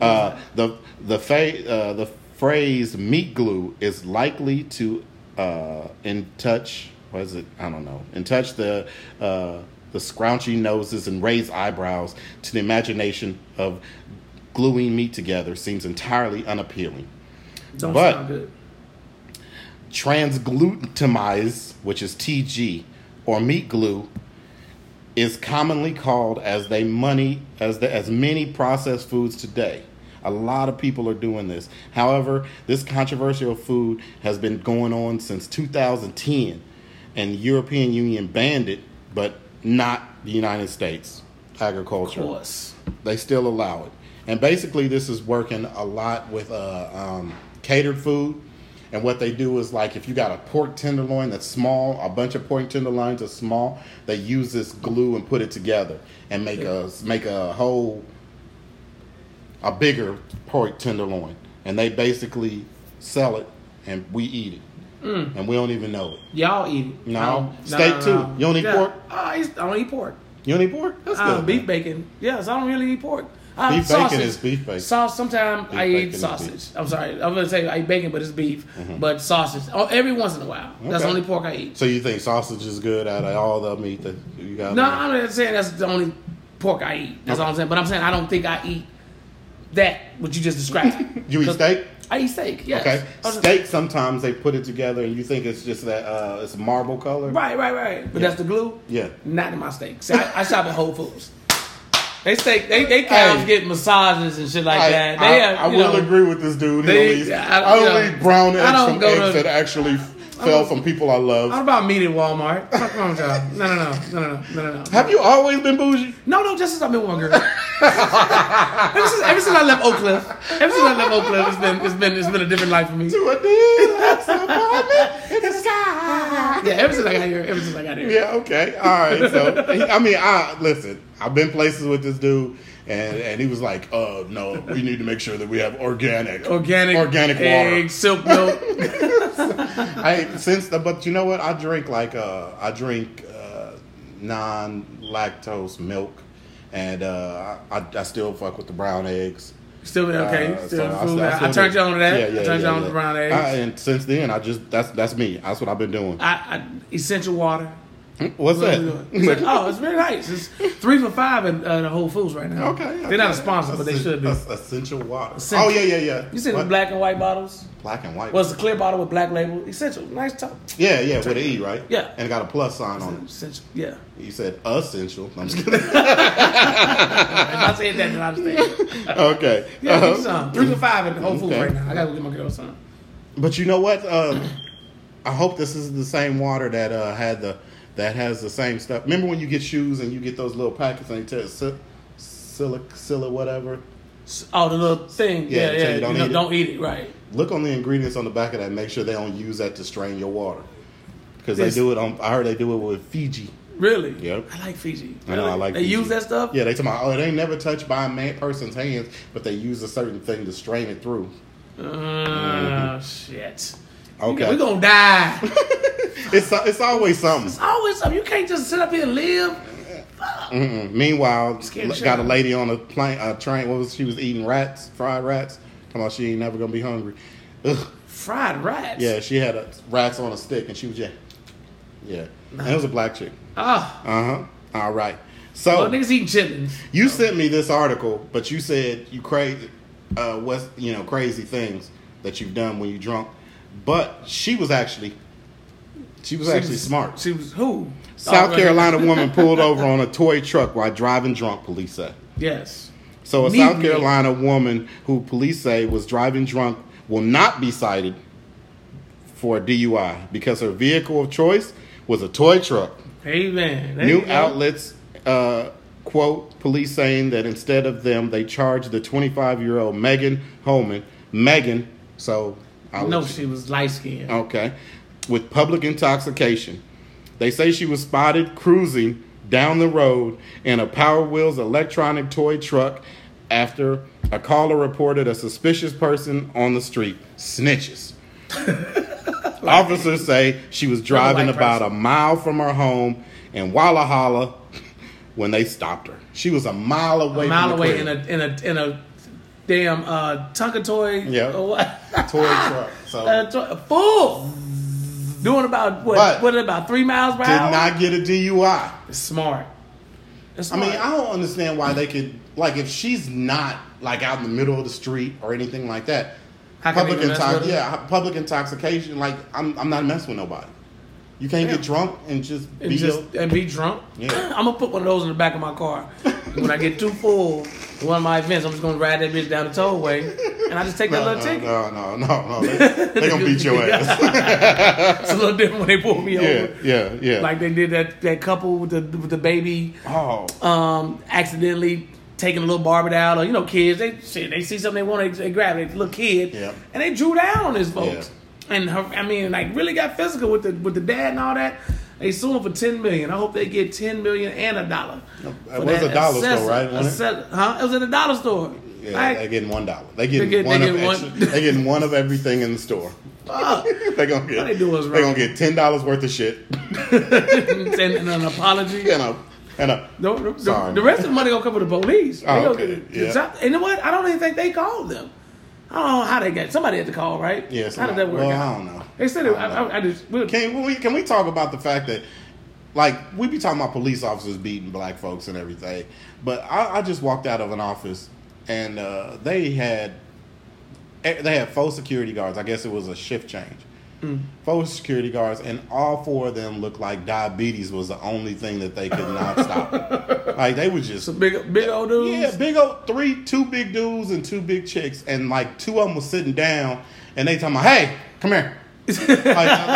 S2: Uh, the the fa- uh, the phrase meat glue is likely to uh, in touch what is it i don't know in touch the uh, the scrunchy noses and raised eyebrows to the imagination of gluing meat together seems entirely unappealing
S1: Don't
S2: But-
S1: sound good.
S2: transglutamize, which is TG, or meat glue, is commonly called as they money as the, as many processed foods today. A lot of people are doing this. However, this controversial food has been going on since 2010, and the European Union banned it, but not the United States agriculture
S1: Of course.
S2: they still allow it. And basically, this is working a lot with uh, um, catered food. And what they do is like if you got a pork tenderloin that's small, a bunch of pork tenderloins are small, they use this glue and put it together and make a make a whole a bigger pork tenderloin. And they basically sell it and we eat it.
S1: Mm.
S2: And we don't even know it.
S1: Y'all eat it.
S2: No.
S1: I don't-
S2: Steak, too. You don't eat
S1: Yeah.
S2: pork?
S1: I, eat- I don't eat pork.
S2: You don't eat pork? That's
S1: Uh,
S2: good.
S1: beef bacon. Yes, I don't really eat pork. Uh,
S2: Beef bacon
S1: sausage.
S2: is beef bacon.
S1: Sauce. Sometimes I
S2: bacon
S1: eat
S2: is Mm-hmm.
S1: sausage. I'm sorry. I'm gonna say I eat bacon, but it's beef. But sausage. Oh, every once in a while. That's the
S2: Okay.
S1: only pork I eat.
S2: so you think sausage is good out of all the meat that you got?
S1: No,
S2: there?
S1: I'm not saying that's the only pork I eat. That's all I'm saying. But I'm saying I don't think I eat that what you just described.
S2: You eat
S1: 'Cause
S2: steak?
S1: I eat steak. Yes.
S2: Okay.
S1: I was just-
S2: Steak sometimes they put it together and you think it's just that uh it's marble color.
S1: Right, right, right. But that's the glue.
S2: Yeah.
S1: Not in my steak. See, I, I shop at Whole Foods. They steak. They they cows
S2: Hey.
S1: get massages and shit like
S2: I,
S1: that.
S2: I-
S1: They have,
S2: I
S1: you
S2: will
S1: know,
S2: agree with this dude. He
S1: they-
S2: only eats-
S1: I-
S2: I
S1: you
S2: only
S1: know,
S2: eat brown
S1: I
S2: eggs
S1: don't
S2: from
S1: go
S2: eggs
S1: to-
S2: that actually f- fell from people I love.
S1: What about meat at Walmart? Fuck wrong with y'all. No, no, no, no, no, no, no, no.
S2: Have you always been bougie?
S1: No, no, just since I've been with one girl. ever, since, ever since I left Oak Cliff, ever since I left Oak Cliff, it's been it's been it's been a different life for me.
S2: To a deluxe apartment in the sky.
S1: Yeah, ever since I got here, ever since I got here.
S2: Yeah, okay. All right. So I mean, I listen, I've been places with this dude and and he was like, "Uh, no, we need to make sure that we have organic
S1: Organic,
S2: organic water."
S1: eggs, silk milk.
S2: I since the but you know what I drink like uh I drink uh non lactose milk and uh I, I still fuck with the brown eggs.
S1: Still okay.
S2: Uh,
S1: still
S2: so
S1: food.
S2: still-
S1: I,
S2: still
S1: I turned
S2: do-
S1: you on to that.
S2: Yeah, yeah,
S1: I turned
S2: yeah,
S1: you on
S2: yeah.
S1: to brown eggs.
S2: I, and since then I just that's that's me. That's what I've been doing.
S1: I, I essential water. What
S2: What's that?
S1: are we doing? It's like, oh, it's very nice. It's three for five at uh, the Whole Foods right now.
S2: okay.
S1: they're not
S2: okay.
S1: a sponsor, but they
S2: Essen-
S1: should be.
S2: es- Essential water.
S1: Essential.
S2: Oh yeah, yeah, yeah.
S1: You see the
S2: What?
S1: black and white bottles?
S2: black and white.
S1: Well, it's a clear bottle with black label. Essential. Nice top.
S2: yeah, yeah, with an E, right?
S1: Yeah.
S2: And it got a plus sign on it.
S1: Essential. Yeah.
S2: You said essential. I'm just kidding.
S1: If I said that, then I understand.
S2: okay.
S1: Yeah,
S2: Uh-huh.
S1: get some. Three for five at the Whole Foods
S2: Okay.
S1: right now. I gotta go get my girl some.
S2: But you know what? Um, I hope this is the same water that uh, had the that has the same stuff. Remember when you get shoes and you get those little packets and they tell you silla silla whatever?
S1: Oh, the little thing.
S2: Yeah,
S1: Yeah,
S2: so
S1: yeah.
S2: you
S1: You
S2: don't
S1: know,
S2: eat it.
S1: don't eat it. Right.
S2: Look on the ingredients on the back of that. Make sure they don't use that to strain your water because they
S1: This-
S2: do it on. I heard they do it with Fiji.
S1: Really?
S2: Yep.
S1: I like Fiji.
S2: I know I like.
S1: They
S2: Fiji.
S1: use that stuff.
S2: Yeah, they talking about. Oh, it ain't never touched by a man person's hands, but they use a certain thing to strain it through.
S1: Oh shit.
S2: Mm-hmm. Okay.
S1: We gonna die.
S2: It's it's always something.
S1: Always something. You can't just sit up here and live.
S2: Mm-mm. Meanwhile,
S1: Scared
S2: l-
S1: shit
S2: got
S1: out
S2: a
S1: of
S2: lady on a plane, a train. What was she was eating rats, fried rats. Talking about she ain't never gonna be hungry. Ugh.
S1: Fried rats.
S2: Yeah, she had a, rats on a stick, and she was yeah, yeah. And it was a black chick.
S1: Oh,
S2: Uh huh. All right. So
S1: well, niggas eating chitlins.
S2: you sent me this article, but you said you crazy, uh, what's you know crazy things that you've done when you drunk. But she was actually, she was
S1: She
S2: actually
S1: was-
S2: smart.
S1: She was who?
S2: South
S1: Oh, right.
S2: Carolina woman pulled over on a toy truck while driving drunk. Police said.
S1: Yes.
S2: So a
S1: Meet
S2: South
S1: me.
S2: Carolina woman who police say was driving drunk will not be cited for a DUI because her vehicle of choice was a toy truck.
S1: Amen. There
S2: New
S1: you go.
S2: outlets uh, quote police saying that instead of them, they charged the 25 year old Megan Holman. Megan, so I'll
S1: No,
S2: let you-
S1: she was light skinned.
S2: Okay. With public intoxication. They say she was spotted cruising down the road in a Power Wheels electronic toy truck after a caller reported a suspicious person on the street. Snitches. Officers say she was driving
S1: white
S2: about
S1: person.
S2: a mile from her home in Walla Halla when they stopped her. She was a mile away.
S1: a mile
S2: from the
S1: away
S2: crib.
S1: in a in a in a damn uh, Tonka toy.
S2: Yeah.
S1: Or what?
S2: Toy truck. So
S1: uh, toy, full. Doing about what?
S2: But-
S1: what about three miles per
S2: did
S1: hour?
S2: not get a DUI.
S1: It's smart. It's
S2: I mean,
S1: smart.
S2: I don't understand why they could like if she's not like out in the middle of the street or anything like that.
S1: How can they
S2: public
S1: even mess
S2: intox-
S1: with her?
S2: yeah, public intoxication. Like I'm, I'm not messing with nobody. You can't
S1: Yeah.
S2: get drunk and just
S1: and
S2: be
S1: just
S2: ill.
S1: and be drunk.
S2: Yeah.
S1: I'm gonna put one of those in the back of my car. when I get too full at one of my events, I'm just gonna ride that bitch down the tollway, and I just take that
S2: No,
S1: little
S2: no,
S1: ticket.
S2: no, no, no, no. They, they gonna beat your ass.
S1: It's a little different when they pull me
S2: yeah,
S1: over,
S2: yeah, yeah.
S1: like they did that that couple with the with the baby,
S2: oh,
S1: um, accidentally taking a little Barbie doll, or you know, kids. They shit, they see something they want, they, they grab it. Little kid,
S2: Yeah.
S1: and they drew down on his folks. And her, I mean, like really got physical with the with the dad and all that. They suing for ten million. I hope they get ten million and a dollar.
S2: it
S1: for
S2: was
S1: that
S2: a dollar
S1: accessory-
S2: store, right? Wasn't it?
S1: access- huh? It was in a dollar store.
S2: Yeah,
S1: Like,
S2: they getting one dollar. They getting
S1: get- they
S2: one of
S1: getting
S2: extra,
S1: one-
S2: they getting one of everything in the store.
S1: fuck.
S2: they gonna get
S1: All they do is
S2: they gonna
S1: rob.
S2: get ten dollars worth of shit
S1: and, and an apology.
S2: and a and a
S1: No, the, the,
S2: Sorry.
S1: the rest of the money gonna come to the police. They
S2: Oh,
S1: gonna
S2: okay.
S1: get-
S2: Yeah.
S1: so- And you know what? I don't even think they called them. I don't know how they got. Somebody had to call, right?
S2: yeah.
S1: How did
S2: somebody-
S1: that work
S2: well,
S1: out?
S2: I don't know.
S1: They said it. I, I, I just. We'll,
S2: Can we can we talk about the fact that like we be talking about police officers beating black folks and everything, but I, I just walked out of an office and uh, they had eh, they had four security guards. I guess it was a shift change. Four security guards, and all four of them looked like diabetes was the only thing that they could not stop. Like they were just
S1: some big, big old dudes.
S2: yeah, big old three, two big dudes and two big chicks, and like two of them was sitting down, and they talking about, "Hey, come here." like, I-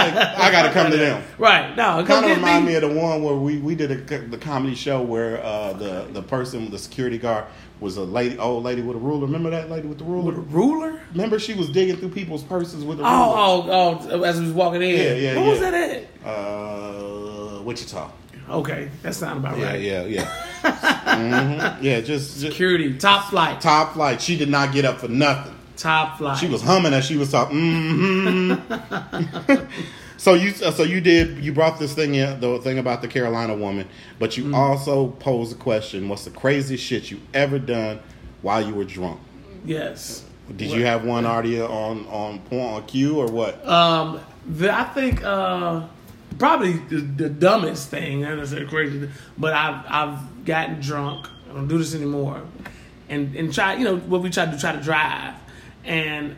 S2: like, I gotta come to them.
S1: Right. No, come
S2: Kind of
S1: get
S2: remind me
S1: me.
S2: of the one where we, we did a, co- the comedy show where uh, the the person, the security guard, was a lady, old lady with a ruler. Remember that lady with the
S1: With a
S2: ruler?
S1: ruler?
S2: Remember she was digging through people's purses with a ruler.
S1: Oh, oh, oh! As we was walking in.
S2: Yeah, yeah,
S1: What was
S2: yeah.
S1: that at? oh.
S2: Uh, Wichita.
S1: Okay, that's not about
S2: Yeah,
S1: right.
S2: yeah, yeah. hmm Yeah, just, just
S1: Security, top flight, top,
S2: top flight. She did not get up for nothing.
S1: flight.
S2: She was humming as she was talking. Mm-hmm. so you, uh, so you did. You brought this thing, in, the thing about the Carolina woman, but
S1: Mm.
S2: you also posed a question: What's the craziest shit you ever done while you were drunk?
S1: Yes.
S2: Did you have one already on on point on cue or what?
S1: Um, the, I think uh, probably the, the dumbest thing. I know crazy, but I've I've gotten drunk. I don't do this anymore, and and try you know what we try to do, try to drive, and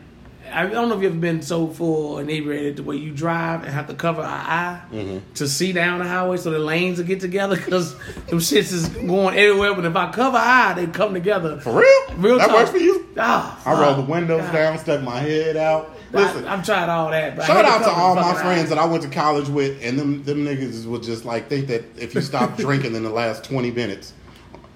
S1: I don't know if you've ever been so full and inebriated the way you drive and have to cover our eye
S2: Mm-hmm.
S1: to see down the highway so the lanes will get together because them shits is going everywhere. But if I cover eye, they come together.
S2: for real?
S1: Real
S2: that
S1: talk.
S2: works for you?
S1: Ah,
S2: I rolled the
S1: fuck.
S2: windows
S1: God.
S2: down, stuck my head out. Listen,
S1: I, I've tried all that. But I
S2: Shout
S1: hate
S2: out to
S1: cover the
S2: all my
S1: fucking eye.
S2: friends that I went to college with, and them them niggas would just like think that if you stop drinking in the last twenty minutes,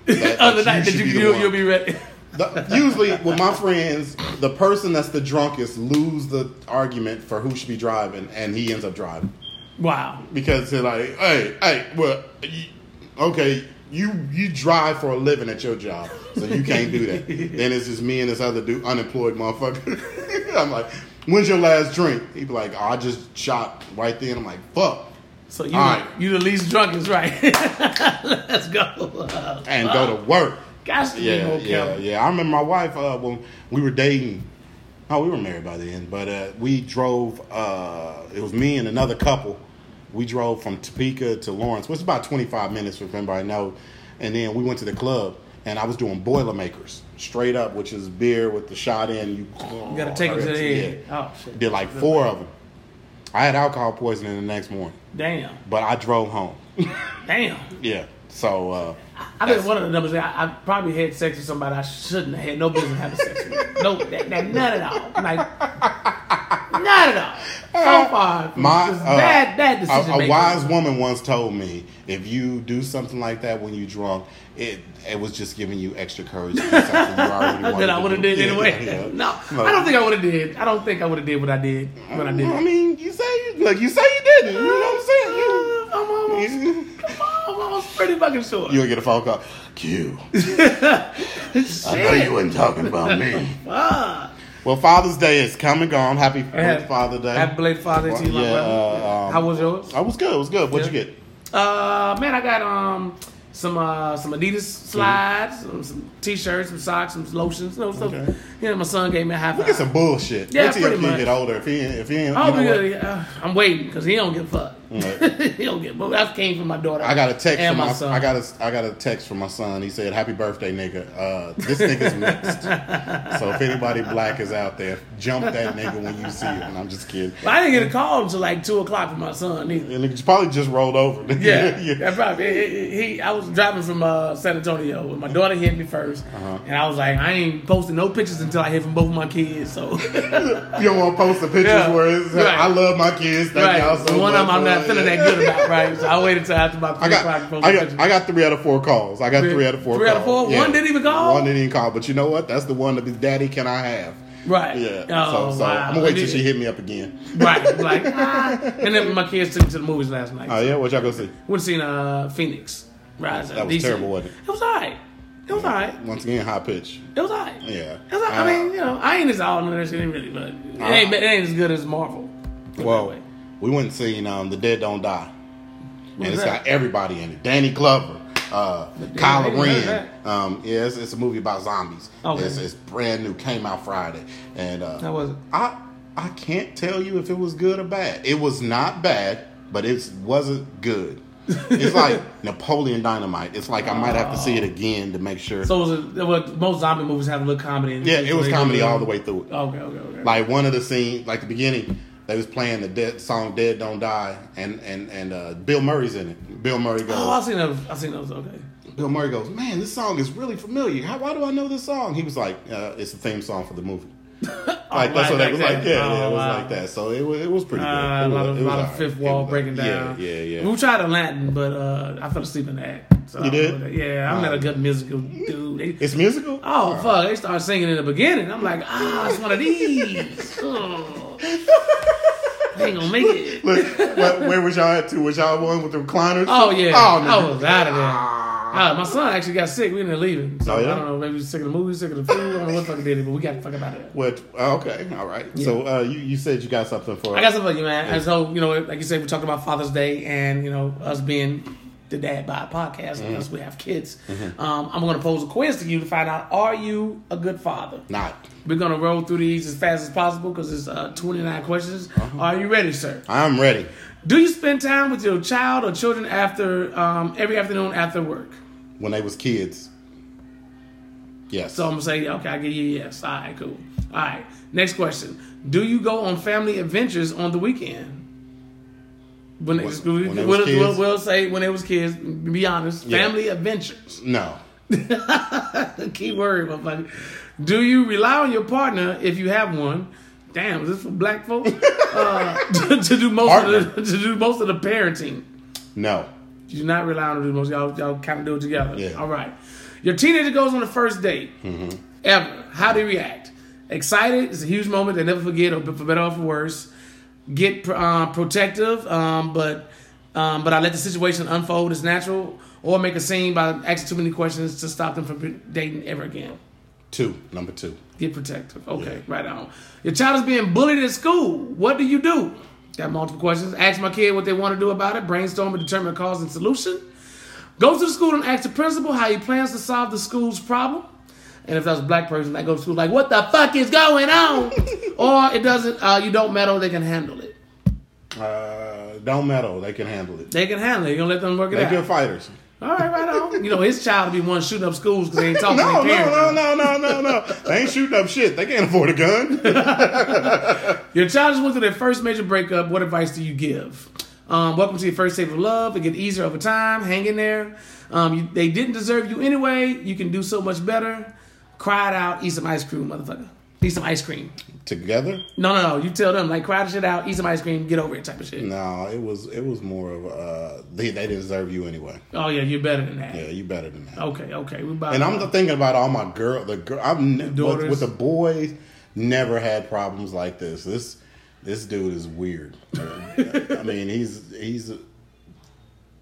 S2: that,
S1: Other night that
S2: should
S1: you,
S2: the
S1: you,
S2: one.
S1: you'll be ready.
S2: The- usually with my friends, the person that's the drunkest lose the argument for who should be driving, and he ends up driving
S1: Wow.
S2: because they're like, "Hey, hey, well, you, okay, you you drive for a living at your job, so you can't do that." then it's just me and this other dude, unemployed motherfucker. I'm like, "When's your last drink?" He'd be like, oh, "I just shot right then." I'm like, "Fuck."
S1: So you
S2: All right.
S1: you the least drunk is right. Let's go.
S2: And go to work.
S1: Gosh, to be
S2: Yeah,
S1: more
S2: yeah,
S1: careful.
S2: yeah. I remember my wife uh, when we were dating. Oh, we were married by the end, but uh, we drove. Uh, it was me and another couple. We drove from Topeka to Lawrence, which is about twenty five minutes, if anybody knows. And then we went to the club, and I was doing Boilermakers, straight up, which is beer with the shot in. You,
S1: You gotta take it to the head. Oh shit.
S2: Did like four of them. I had alcohol poisoning the next morning,
S1: Damn.
S2: but I drove home.
S1: Damn.
S2: yeah, so. Uh,
S1: I think one of the numbers I, I probably had sex with somebody I shouldn't have had no business having sex with. No, that, that none at all. Like not at all. So far, from
S2: My
S1: just
S2: uh,
S1: bad bad
S2: a-
S1: decision
S2: a,
S1: making.
S2: wise woman once told me if you do something like that when you drunk, it it was just giving you extra courage to do something you already wanted
S1: that I
S2: to
S1: would have
S2: do.
S1: did
S2: Yeah,
S1: anyway.
S2: yeah.
S1: No, I don't think I would have did. I don't think I would have did what I did when I did.
S2: I
S1: it.
S2: mean, you say you look, you say you didn't. You know what
S1: Uh, I'm almost,
S2: I'm saying? You,
S1: I'm
S2: mm-hmm.
S1: almost pretty fucking sure.
S2: you'll get a phone call. Q. I know you weren't talking about me.
S1: Ah.
S2: Well, Father's Day is come and gone. Happy Father's Day.
S1: Happy belated Father to you, my
S2: Yeah,
S1: brother.
S2: uh, um,
S1: How was yours?
S2: I was good. It was good. What'd
S1: Yeah.
S2: you get?
S1: Uh, man, I got um some uh, some Adidas slides, some, some t-shirts, some socks, some lotions. You know, so
S2: Okay.
S1: yeah, my son gave me a high
S2: We get
S1: five.
S2: some bullshit.
S1: Yeah,
S2: Wait till your
S1: pretty
S2: kid
S1: much.
S2: get older. If he ain't, if he ain't,
S1: Oh,
S2: you know what?
S1: because, uh, I'm waiting because he don't give a fuck.
S2: Right.
S1: he don't give. But that came from my daughter.
S2: I got a text
S1: and
S2: from
S1: my
S2: my,
S1: son.
S2: I got a I got a text from my son. He said, "Happy birthday, nigga. Uh, this nigga's mixed. so if anybody black is out there, jump that nigga when you see him." And I'm just kidding.
S1: But I didn't get a call until like two o'clock from my son. Either.
S2: And nigga probably just rolled over.
S1: Yeah, that probably. He, he- he- I was driving from uh, San Antonio, and my daughter hit me 1st
S2: Uh-huh.
S1: and I was like, I ain't posting no pictures until I hear from both of my kids. So,
S2: You don't want to post the pictures
S1: Yeah.
S2: where it's,
S1: Right.
S2: I love my kids. Thank y'all
S1: right,
S2: so
S1: one
S2: much.
S1: of them I'm not feeling that good about. Right, so I waited till after about
S2: I
S1: three o'clock to
S2: got,
S1: post
S2: I
S1: the
S2: got,
S1: pictures.
S2: I got three out of four calls. I got
S1: Three-
S2: three, out of four.
S1: three out of
S2: calls.
S1: four? One didn't even call?
S2: One didn't even call. But you know what? That's the one that the daddy can I have.
S1: right.
S2: Yeah.
S1: Oh,
S2: so so
S1: wow.
S2: I'm gonna wait till she hit me up again.
S1: Right, like ah. and then my kids took me to the movies last night.
S2: Oh yeah, what y'all gonna see?
S1: Went and seen uh, Phoenix Rise.
S2: That was terrible, wasn't it?
S1: It was alright. It was alright.
S2: Once again, high pitch.
S1: It was alright.
S2: Yeah.
S1: It was alright. I
S2: Uh,
S1: mean, you know, I ain't as all in that shit really, but it ain't, it ain't as good as Marvel. Put it that
S2: Whoa.
S1: way.
S2: We went and seen um, The Dead Don't Die.
S1: What is
S2: and it's
S1: that?
S2: got everybody in it. Danny Glover, uh,
S1: Glover,
S2: Kylo
S1: what is
S2: Ren. Um, yeah, it's, it's a movie about zombies.
S1: Okay.
S2: It's, it's brand new. Came out Friday. And uh,
S1: How was it?
S2: I I can't tell you if it was good or bad. It was not bad, but it wasn't good. it's like Napoleon Dynamite. It's like I might have to see it again to make sure.
S1: So it was a, well, most zombie movies have a little comedy. In
S2: yeah, it was
S1: They do
S2: comedy
S1: a-
S2: all the way through it.
S1: Okay, okay, okay.
S2: like one of the scenes, like the beginning, they was playing the dead song "Dead Don't Die," and and and uh, Bill Murray's in it. Bill Murray goes,
S1: oh, I seen those. I seen those. Okay.
S2: Bill Murray goes, man, this song is really familiar. How, why do I know this song? He was like, uh, it's the theme song for the movie. Like
S1: right,
S2: that's what it was
S1: Oh, like
S2: like.
S1: that.
S2: Yeah, yeah, it
S1: Oh,
S2: was
S1: wow.
S2: like that. So it was it was pretty good.
S1: Uh, a
S2: It
S1: lot
S2: was-
S1: of,
S2: it was
S1: lot of
S2: alright.
S1: fifth
S2: It
S1: wall
S2: was-
S1: breaking down.
S2: Yeah, yeah,
S1: We
S2: yeah.
S1: tried a Latin, but uh, I fell asleep in that. So
S2: You did?
S1: Yeah, I'm not a good musical dude. They-
S2: It's musical.
S1: Oh fuck! They start singing in the beginning. I'm like, ah, it's one of these. Oh. I ain't gonna make it.
S2: Look, what, where was y'all at? To was y'all one with the recliners?
S1: Oh yeah,
S2: Oh
S1: I
S2: no.
S1: was out of there. Ah, my son actually got sick. We didn't leave him. So
S2: Oh, yeah?
S1: I don't know. Maybe he's sick of the movie, sick of the food. I don't know what the fuck he did it, but we got to fuck about it.
S2: What? oh, Okay, all right. So uh, you you said you got something for?
S1: I got something for you, man. And so, you know, like you said, we're talking about Father's Day and, you know, us being the dad by a podcast, and us we have kids. Um, I'm going to pose a quiz to you to find out are you a good father?
S2: not.
S1: We're going to roll through these as fast as possible because it's uh, 29 questions. Are you ready, sir?
S2: I'm ready.
S1: Do you spend time with your child or children after um, every afternoon after work?
S2: When they was kids. Yes.
S1: So I'm gonna say, okay, I give you a yes. All right, cool. All right, next question. Do you go on family adventures on the weekend? When,
S2: When-
S1: it we,
S2: when they
S1: we'll,
S2: was kids?
S1: we'll- we'll say when it was kids. Be honest,
S2: Yeah.
S1: family adventures.
S2: no.
S1: Key word, motherfucker. Do you rely on your partner if you have one? Damn, is this for black folks? uh, to, to do most of the,
S2: Partner.
S1: to do most of the parenting.
S2: No.
S1: You do not rely on the most. Y'all, y'all kind of do it together.
S2: Yeah.
S1: All right. Your teenager goes on the first date. Ever. How do you react? Excited. It's a huge moment they never forget, or for better or for worse. Get um, protective, um, but um, but I let the situation unfold as natural, or make a scene by asking too many questions to stop them from dating ever again.
S2: Two. Number two.
S1: Get protective. Okay,
S2: Yeah.
S1: right on. Your child is being bullied at school. What do you do? Got multiple questions. Ask my kid what they want to do about it. Brainstorm and determine the cause and solution. Go to the school and ask the principal how he plans to solve the school's problem. And if that's a black person, that go to school like, what the fuck is going on? or it doesn't. Uh, you don't meddle. They can handle it.
S2: Uh, don't meddle. They can handle it.
S1: They can handle it. You don't let them work it
S2: They
S1: out.
S2: good fighters.
S1: All right, right on. You know his child will be one shooting up schools because Oh, they ain't talking.
S2: No,
S1: to their
S2: no,
S1: parents.
S2: no, no, no, no, no. They ain't shooting up shit. They can't afford a gun.
S1: Your child just went through their first major breakup. What advice do you give? Um, welcome to your first save of love. It gets easier over time. Hang in there. Um, you, they didn't deserve you anyway. You can do so much better. Cry it out. Eat some ice cream, motherfucker. Eat some ice cream.
S2: Together?
S1: No, no, no. You tell them like cry the shit out. Eat some ice cream. Get over it, type of shit.
S2: No, it was it was more of uh they they deserve you anyway.
S1: Oh yeah, you're better than that.
S2: Yeah, you better than that.
S1: Okay, okay. We about.
S2: And I'm thinking about all my girl, the girl. I've ne- with,
S1: Daughters.
S2: with the boys, never had problems like this. This this dude is weird. I mean, he's he's a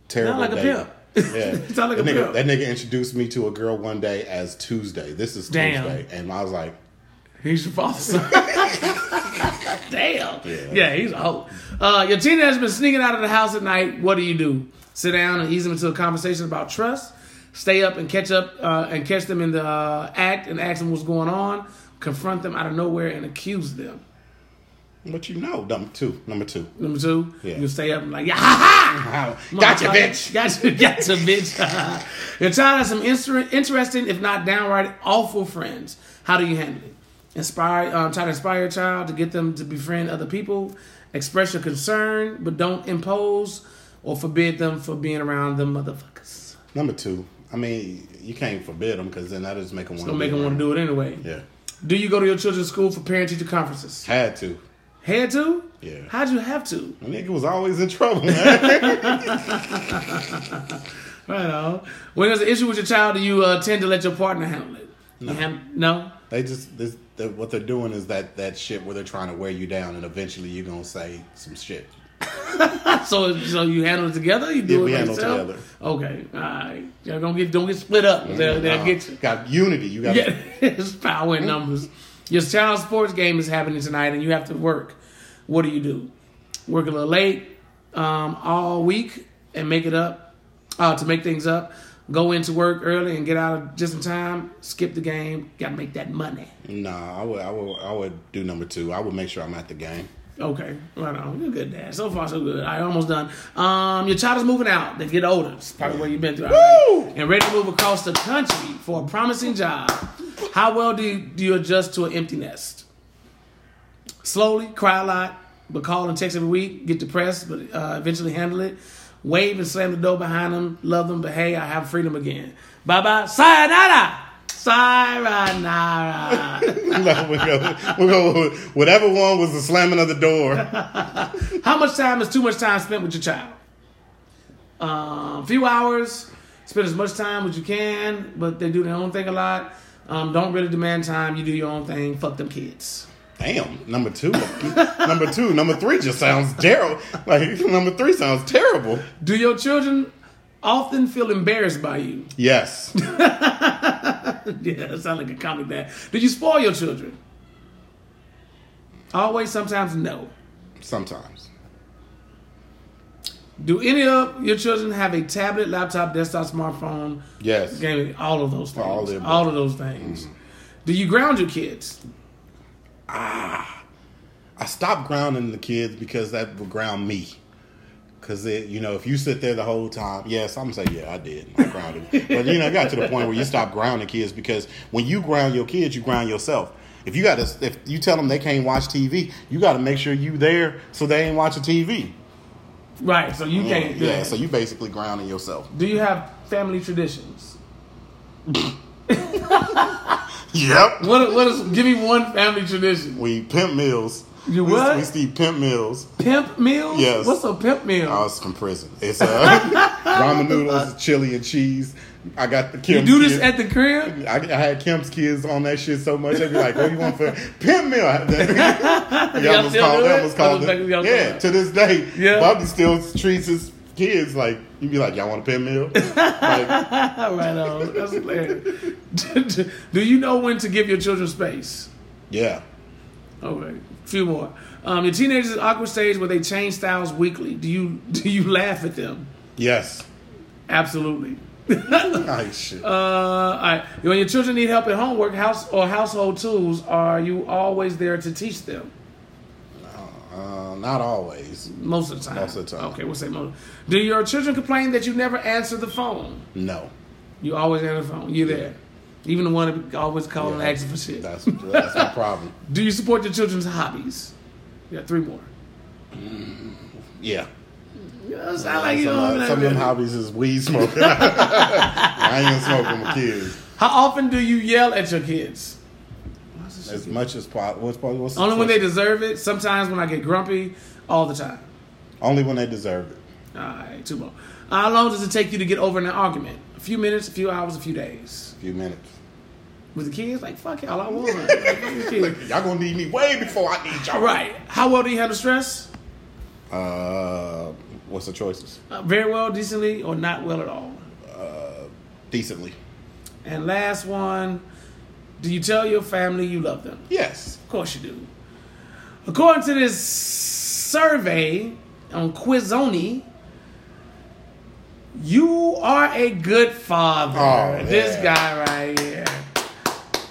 S2: terrible.
S1: Sound like a
S2: dater. Yeah,
S1: Sound like
S2: that,
S1: a pimp.
S2: nigga, that nigga introduced me to a girl one day as Tuesday. This is
S1: Damn.
S2: Tuesday, and I was like,
S1: He's your father. son. Damn.
S2: Yeah.
S1: Yeah. he's a hoe. Uh, your teenager's been sneaking out of the house at night. What do you do? Sit down and ease him into a conversation about trust. stay up and catch up uh, and catch them in the uh, act and ask them what's going on, confront them out of nowhere and accuse them.
S2: But you know, number two, number two.
S1: Number two,
S2: Yeah.
S1: you stay up and like, yeah, ha ha!
S2: gotcha, bitch.
S1: Gotcha, gotcha, bitch. Your child has some inser- interesting, if not downright awful friends. How do you handle it? Inspire, um, try to inspire your child to get them to befriend other people. Express your concern, but don't impose or forbid them for being around them motherfuckers.
S2: Number two. I mean, you can't forbid them because then that just make them want to.
S1: Don't make them want to do it anyway.
S2: Yeah,
S1: Do you go to your children's school for parent teacher conferences?
S2: had to.
S1: Had to?
S2: Yeah.
S1: How'd you have to?
S2: The nigga was always in trouble. Man.
S1: Right on. When there's an issue with your child, do you uh, tend to let your partner handle it? No. no?
S2: they just this, that what they're doing is that that shit where they're trying to wear you down, and eventually you're gonna say some shit.
S1: So, so you handle it together? You do
S2: Yeah,
S1: it
S2: we
S1: by
S2: handle it
S1: yourself?
S2: together.
S1: Okay, all right. Yeah, don't get don't get split up. They'll, they'll
S2: Uh,
S1: get you.
S2: Got unity. You got.
S1: Yeah, it's power in numbers. Your child's sports game is happening tonight, and you have to work. What do you do? Work a little late um, all week and make it up uh, to make things up. Go into work early and get out just in time. Skip the game. Got to make that money.
S2: Nah, I would. I would. I would do number two. I would make sure I'm at the game.
S1: Okay, right on. You're good, Dad. So far, so good. I almost done. Um, your child is moving out. They get older. It's probably what you've been through. already. And ready to move across the country for a promising job. How well do you, do you adjust to an empty nest? Slowly, cry a lot, but call and text every week. Get depressed, but uh, eventually handle it. Wave and slam the door behind them. Love them, but hey, I have freedom again. Bye bye. Sayonara. Sayonara.
S2: no, we go, we go, whatever one was the slamming of the door.
S1: How much time is too much time spent with your child? Um, few hours. Spend as much time as you can, but they do their own thing a lot. Um, don't really demand time. You do your own thing. Fuck them kids.
S2: Damn, number two, number two, number three just sounds terrible. Like number three sounds terrible.
S1: Do your children often feel embarrassed by you?
S2: Yes,
S1: yeah, that sounds like a comic bad. Do you spoil your children? Always, sometimes, no.
S2: sometimes.
S1: Do any of your children have a tablet, laptop, desktop, smartphone,
S2: Yes,
S1: gaming, all of those things?
S2: All
S1: All,
S2: of them. Mm.
S1: of those things. Do you ground your kids?
S2: I stopped grounding the kids because that would ground me. Cause it, you know, if you sit there the whole time, yes, I'm gonna say, yeah, I did, I grounded. but you know, it got to the point where you stop grounding kids because when you ground your kids, you ground yourself. If you got to, if you tell them they can't watch TV, you got to make sure you there so they ain't watching TV.
S1: Right, so you
S2: Yeah,
S1: can't. do that.
S2: so you basically grounding yourself.
S1: Do you have family traditions?
S2: Yep.
S1: What? What is? Give me one family tradition.
S2: We pimp meals.
S1: You
S2: we,
S1: what?
S2: We see pimp meals.
S1: Pimp meals.
S2: Yes.
S1: What's a pimp meal?
S2: I was from prison. It's uh, ramen noodles, chili, and cheese. I got the
S1: you
S2: Kim's
S1: do this
S2: kids.
S1: at the crib?
S2: I, I had Kemp's kids on that shit so much. They'd be like, "What do you want for pimp meal?" y'all
S1: Y'all still
S2: was called.
S1: do
S2: Y'all
S1: it?
S2: was
S1: That
S2: called.
S1: was back-
S2: it-
S1: y'all still do
S2: Yeah,
S1: it.
S2: to this day,
S1: Yeah.
S2: Bobby still treats his kids like you'd be like, "Y'all want a pimp meal?" like,
S1: All right, on. That's hilarious. do do you know when to give your children space?
S2: yeah,
S1: Okay, few more. Um, your teenagers is awkward stage where they change styles weekly. Do you do you laugh at them?
S2: yes,
S1: Absolutely.
S2: like shit.
S1: Uh, all right. When your children need help at homework, house or household tools, are you always there to teach them?
S2: Uh, not always.
S1: Most of the time.
S2: Most of the time.
S1: Okay, we'll say most. Do your children complain that you never answer the phone?
S2: No.
S1: You always answer the phone. You're there. Even the one that always calling
S2: Yeah.
S1: and asking for shit.
S2: That's that's my problem.
S1: Do you support your children's hobbies? Yeah, three more.
S2: Yeah.
S1: Yeah, it sound like you
S2: some,
S1: don't
S2: uh, some of them
S1: know.
S2: hobbies is weed smoking. I ain't smoking my kids
S1: How often do you yell at your kids?
S2: as much as possible. What's, what's the
S1: Only when they
S2: question?
S1: deserve it. Sometimes when I get grumpy, all the time.
S2: only when they deserve it.
S1: All right, two more. How long does it take you to get over an argument? A few minutes, a few hours, a few days.
S2: A few minutes.
S1: With the kids, like fuck y'all, I want. Like, fuck these kids.
S2: Y'all gonna need me way before I need y'all.
S1: All right. How well do you handle stress?
S2: Uh, what's the choices?
S1: Uh, very well, decently, or not well at all.
S2: Decently.
S1: And last one, do you tell your family you love them?
S2: Yes.
S1: Of course you do. According to this survey on Quizoni, You are a good father.
S2: Oh,
S1: This
S2: yeah.
S1: guy right here.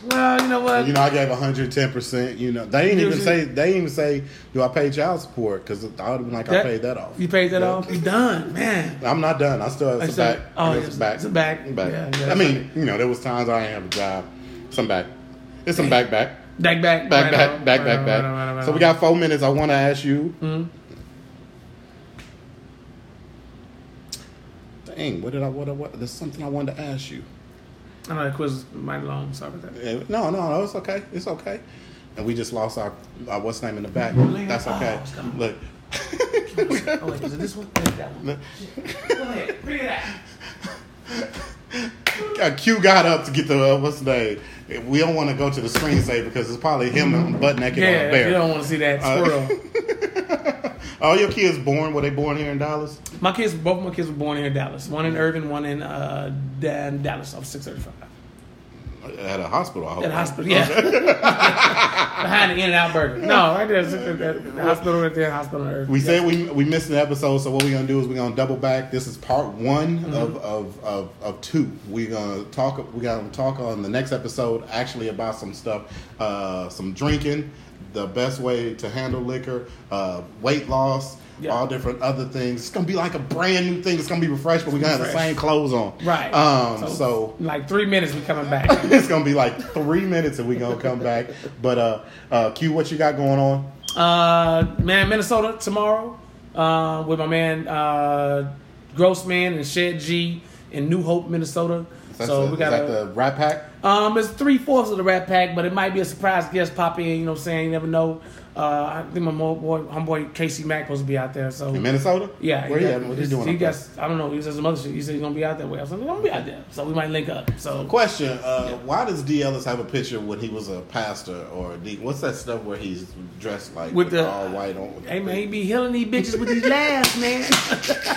S1: Well, you know what?
S2: You know, I gave 110. percent You know, they ain't even
S1: Usually-
S2: say they ain't even say do I pay child support because I would have been like I
S1: That-
S2: paid that off.
S1: You paid that
S2: Yeah.
S1: off? You done, man.
S2: I'm not done. I still have
S1: I
S2: some
S1: said-
S2: back.
S1: oh,
S2: There's
S1: yeah,
S2: some back.
S1: some back. Yeah, yeah,
S2: I
S1: that's
S2: mean, you know, there was times I didn't have a job. Some back. It's some back, back,
S1: Back, back,
S2: back,
S1: right
S2: back,
S1: on,
S2: back,
S1: right
S2: back,
S1: on,
S2: back.
S1: right on, right on, right
S2: so we
S1: on.
S2: got four minutes. I want to ask you.
S1: Mm-hmm.
S2: Dang, what did I? What? What? There's something I wanted to ask you.
S1: I know that quiz is mighty long. Sorry about that.
S2: Eh, No, no, no. It's okay. It's okay. And we just lost our, our what's name in the back.
S1: Lynn.
S2: That's okay.
S1: Oh, come on.
S2: Look.
S1: Oh, wait, is it this one? Or is it that one? Go ahead. Read it out.
S2: Uh, Q got up to get the uh, what's the name? We don't want to go to the screensaver because it's probably him butt naked on a
S1: Yeah,
S2: bear. Uh,
S1: you don't want to see that squirrel.
S2: All your kids born? Were they born here in Dallas?
S1: my kids, both my kids were born here in Dallas. One in Irvin, one in uh, Dan, Dallas off 635.
S2: At a hospital, I hope.
S1: At the hospital, yeah. Behind the In and Out Burger. No, right there. it's at the- at the hospital right there, hospital on Earth.
S2: We said we we missed an episode, so what we're gonna do is we're gonna double back. This is part one
S1: Mm-hmm.
S2: of, of, of of two. We're gonna talk. We're gonna talk on the next episode actually about some stuff, uh, some drinking, the best way to handle liquor, uh, weight loss.
S1: Yeah.
S2: All different other things. It's gonna be like a brand new thing. It's gonna be refreshed, but we're gonna have the
S1: Fresh.
S2: same clothes on.
S1: Right.
S2: Um. So,
S1: in like three minutes, we coming back.
S2: it's gonna be like three minutes, and we're gonna come back. But uh, uh, Q, what you got going on?
S1: Uh, man, Minnesota tomorrow uh, with my man uh, Grossman and Shed G in New Hope, Minnesota.
S2: That's
S1: so
S2: the-
S1: we got
S2: is that the Rat Pack.
S1: Um, it's three fourths of the Rat Pack, but it might be a surprise guest pop in. You know what I'm saying? You never know. Uh, I think my mo- boy, homeboy Casey Mack supposed to be out there. So
S2: In Minnesota?
S1: yeah,
S2: Where
S1: he
S2: you
S1: got-
S2: at? What you
S1: he's-
S2: doing?
S1: He
S2: up
S1: got,
S2: there?
S1: I don't know. He said some other shit. He said he's gonna be out that way. I was like, I'm gonna be out there. So we might link up. So
S2: Question: uh, Why does D. Ellis have a picture when he was a pastor or a deacon? What's that stuff where he's dressed like
S1: With
S2: with,
S1: the-
S2: all white on?
S1: Hey man, he be healing these bitches with these laughs, man.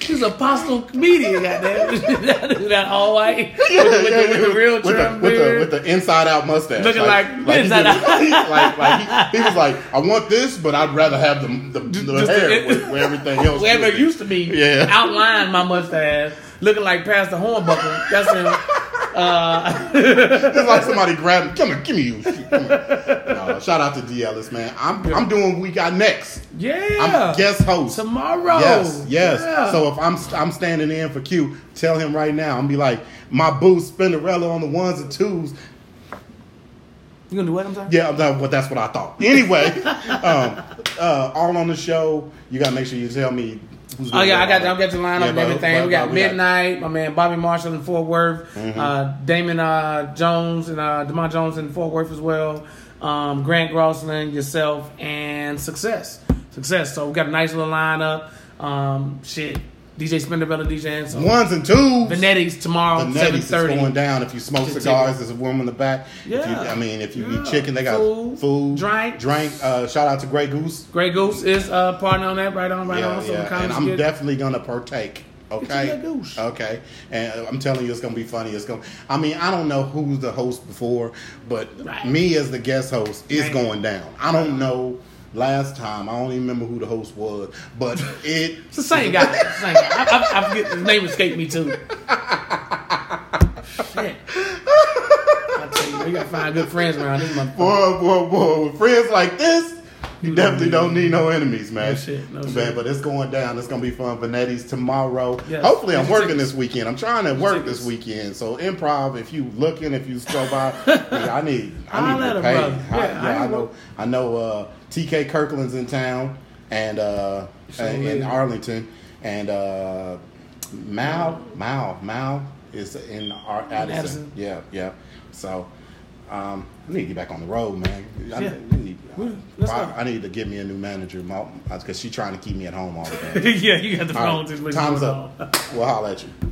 S1: He's an apostle comedian, goddamn. that, that all white with, the- with, the- with the real
S2: with the,
S1: trim
S2: with, the,
S1: beard.
S2: with the inside out mustache,
S1: Looking like
S2: he
S1: inside
S2: did- like, like he, he was like, I want this, but I'd rather have the the, the
S1: just the-
S2: hair with, where everything else.
S1: Whoever
S2: should
S1: it
S2: be.
S1: used to be,
S2: Yeah.
S1: outlined my mustache, looking like Pastor Hornbuckle. That's him.
S2: It's like somebody grabbed him. Come here, give me you. Come here. No, shout out to D. Ellis, man. I'm I'm doing. We got next.
S1: Yeah.
S2: I'm guest host.
S1: Tomorrow.
S2: Yes, yes.
S1: Oh, Yeah.
S2: So if I'm I'm standing in for Q, tell him right now. I'm be like, my boo Spinderella on the ones and twos.
S1: you gonna do what? I'm sorry.
S2: Yeah, that, well, that's what I thought. Anyway, um, uh, all on the show. You gotta make sure you tell me. Who's
S1: Oh
S2: doing
S1: yeah, I
S2: what.
S1: got I got your lineup
S2: Yeah,
S1: and
S2: but-
S1: everything.
S2: but-
S1: we got
S2: but Mm-hmm.
S1: Midnight, my man Bobby Marshall in Fort Worth, uh, Damon uh, Jones and uh, Demond Jones in Fort Worth as well, um, Grant Grossland, yourself, and Success, Success. So we got a nice little lineup. Um, shit, DJ Spinderbella, DJ Anson,
S2: ones and twos.
S1: Venetics tomorrow,
S2: The
S1: seven
S2: nutties is going
S1: thirty.
S2: down. If you smoke
S1: Continue.
S2: cigars, there's a room in the back. If you,
S1: Yeah.
S2: I mean, if you
S1: Yeah.
S2: eat chicken, they got
S1: Food,
S2: food,
S1: drink.
S2: drink. Uh, shout out to Grey Goose.
S1: Grey Goose is uh, partner on that, right on, right
S2: yeah,
S1: on. So
S2: yeah.
S1: the comments
S2: and I'm
S1: get-
S2: definitely gonna partake. Okay.
S1: Grey Goose.
S2: Okay. And I'm telling you, it's gonna be funny. It's gonna. I mean, I don't know who's the host before, but
S1: Right.
S2: me as the guest host is
S1: Right.
S2: going down. I don't know. Last time, I don't even remember who the host was, but it.
S1: It's the same guy. It's the same guy. I, I, I forget his name escaped me too. Shit. I tell you, we gotta find good friends around this motherfucker.
S2: Boy, boy, boy. With friends like this, you definitely don't need no enemies, man.
S1: Mm-hmm. No shit, no
S2: man,
S1: shit.
S2: But it's going down. It's going to be fun. Vanetti's tomorrow.
S1: Yes.
S2: Hopefully, I'm
S1: Get your
S2: working
S1: tickets.
S2: this weekend. I'm trying to work
S1: tickets.
S2: this weekend. So, improv, if you looking, if you scroll by, I need, I
S1: Holla
S2: need
S1: at
S2: to
S1: a
S2: pay.
S1: brother.
S2: I,
S1: Yeah,
S2: yeah,
S1: I
S2: I,
S1: ain't
S2: know.
S1: work-
S2: I know uh, TK Kirkland's in town and uh,
S1: So
S2: and- in
S1: later.
S2: Arlington. And uh, Mal, Mal, Mal is in Ar- Addison.
S1: Addison.
S2: Yeah, yeah. So um, I need to get back on the road, man. I,
S1: Yeah.
S2: I need, uh,
S1: Well, let's
S2: I-
S1: go.
S2: I need to get me a new manager because she's trying to keep me at home all the time.
S1: yeah, you got the
S2: All
S1: phone
S2: right,
S1: situation
S2: time's
S1: going
S2: up. We'll holler at you.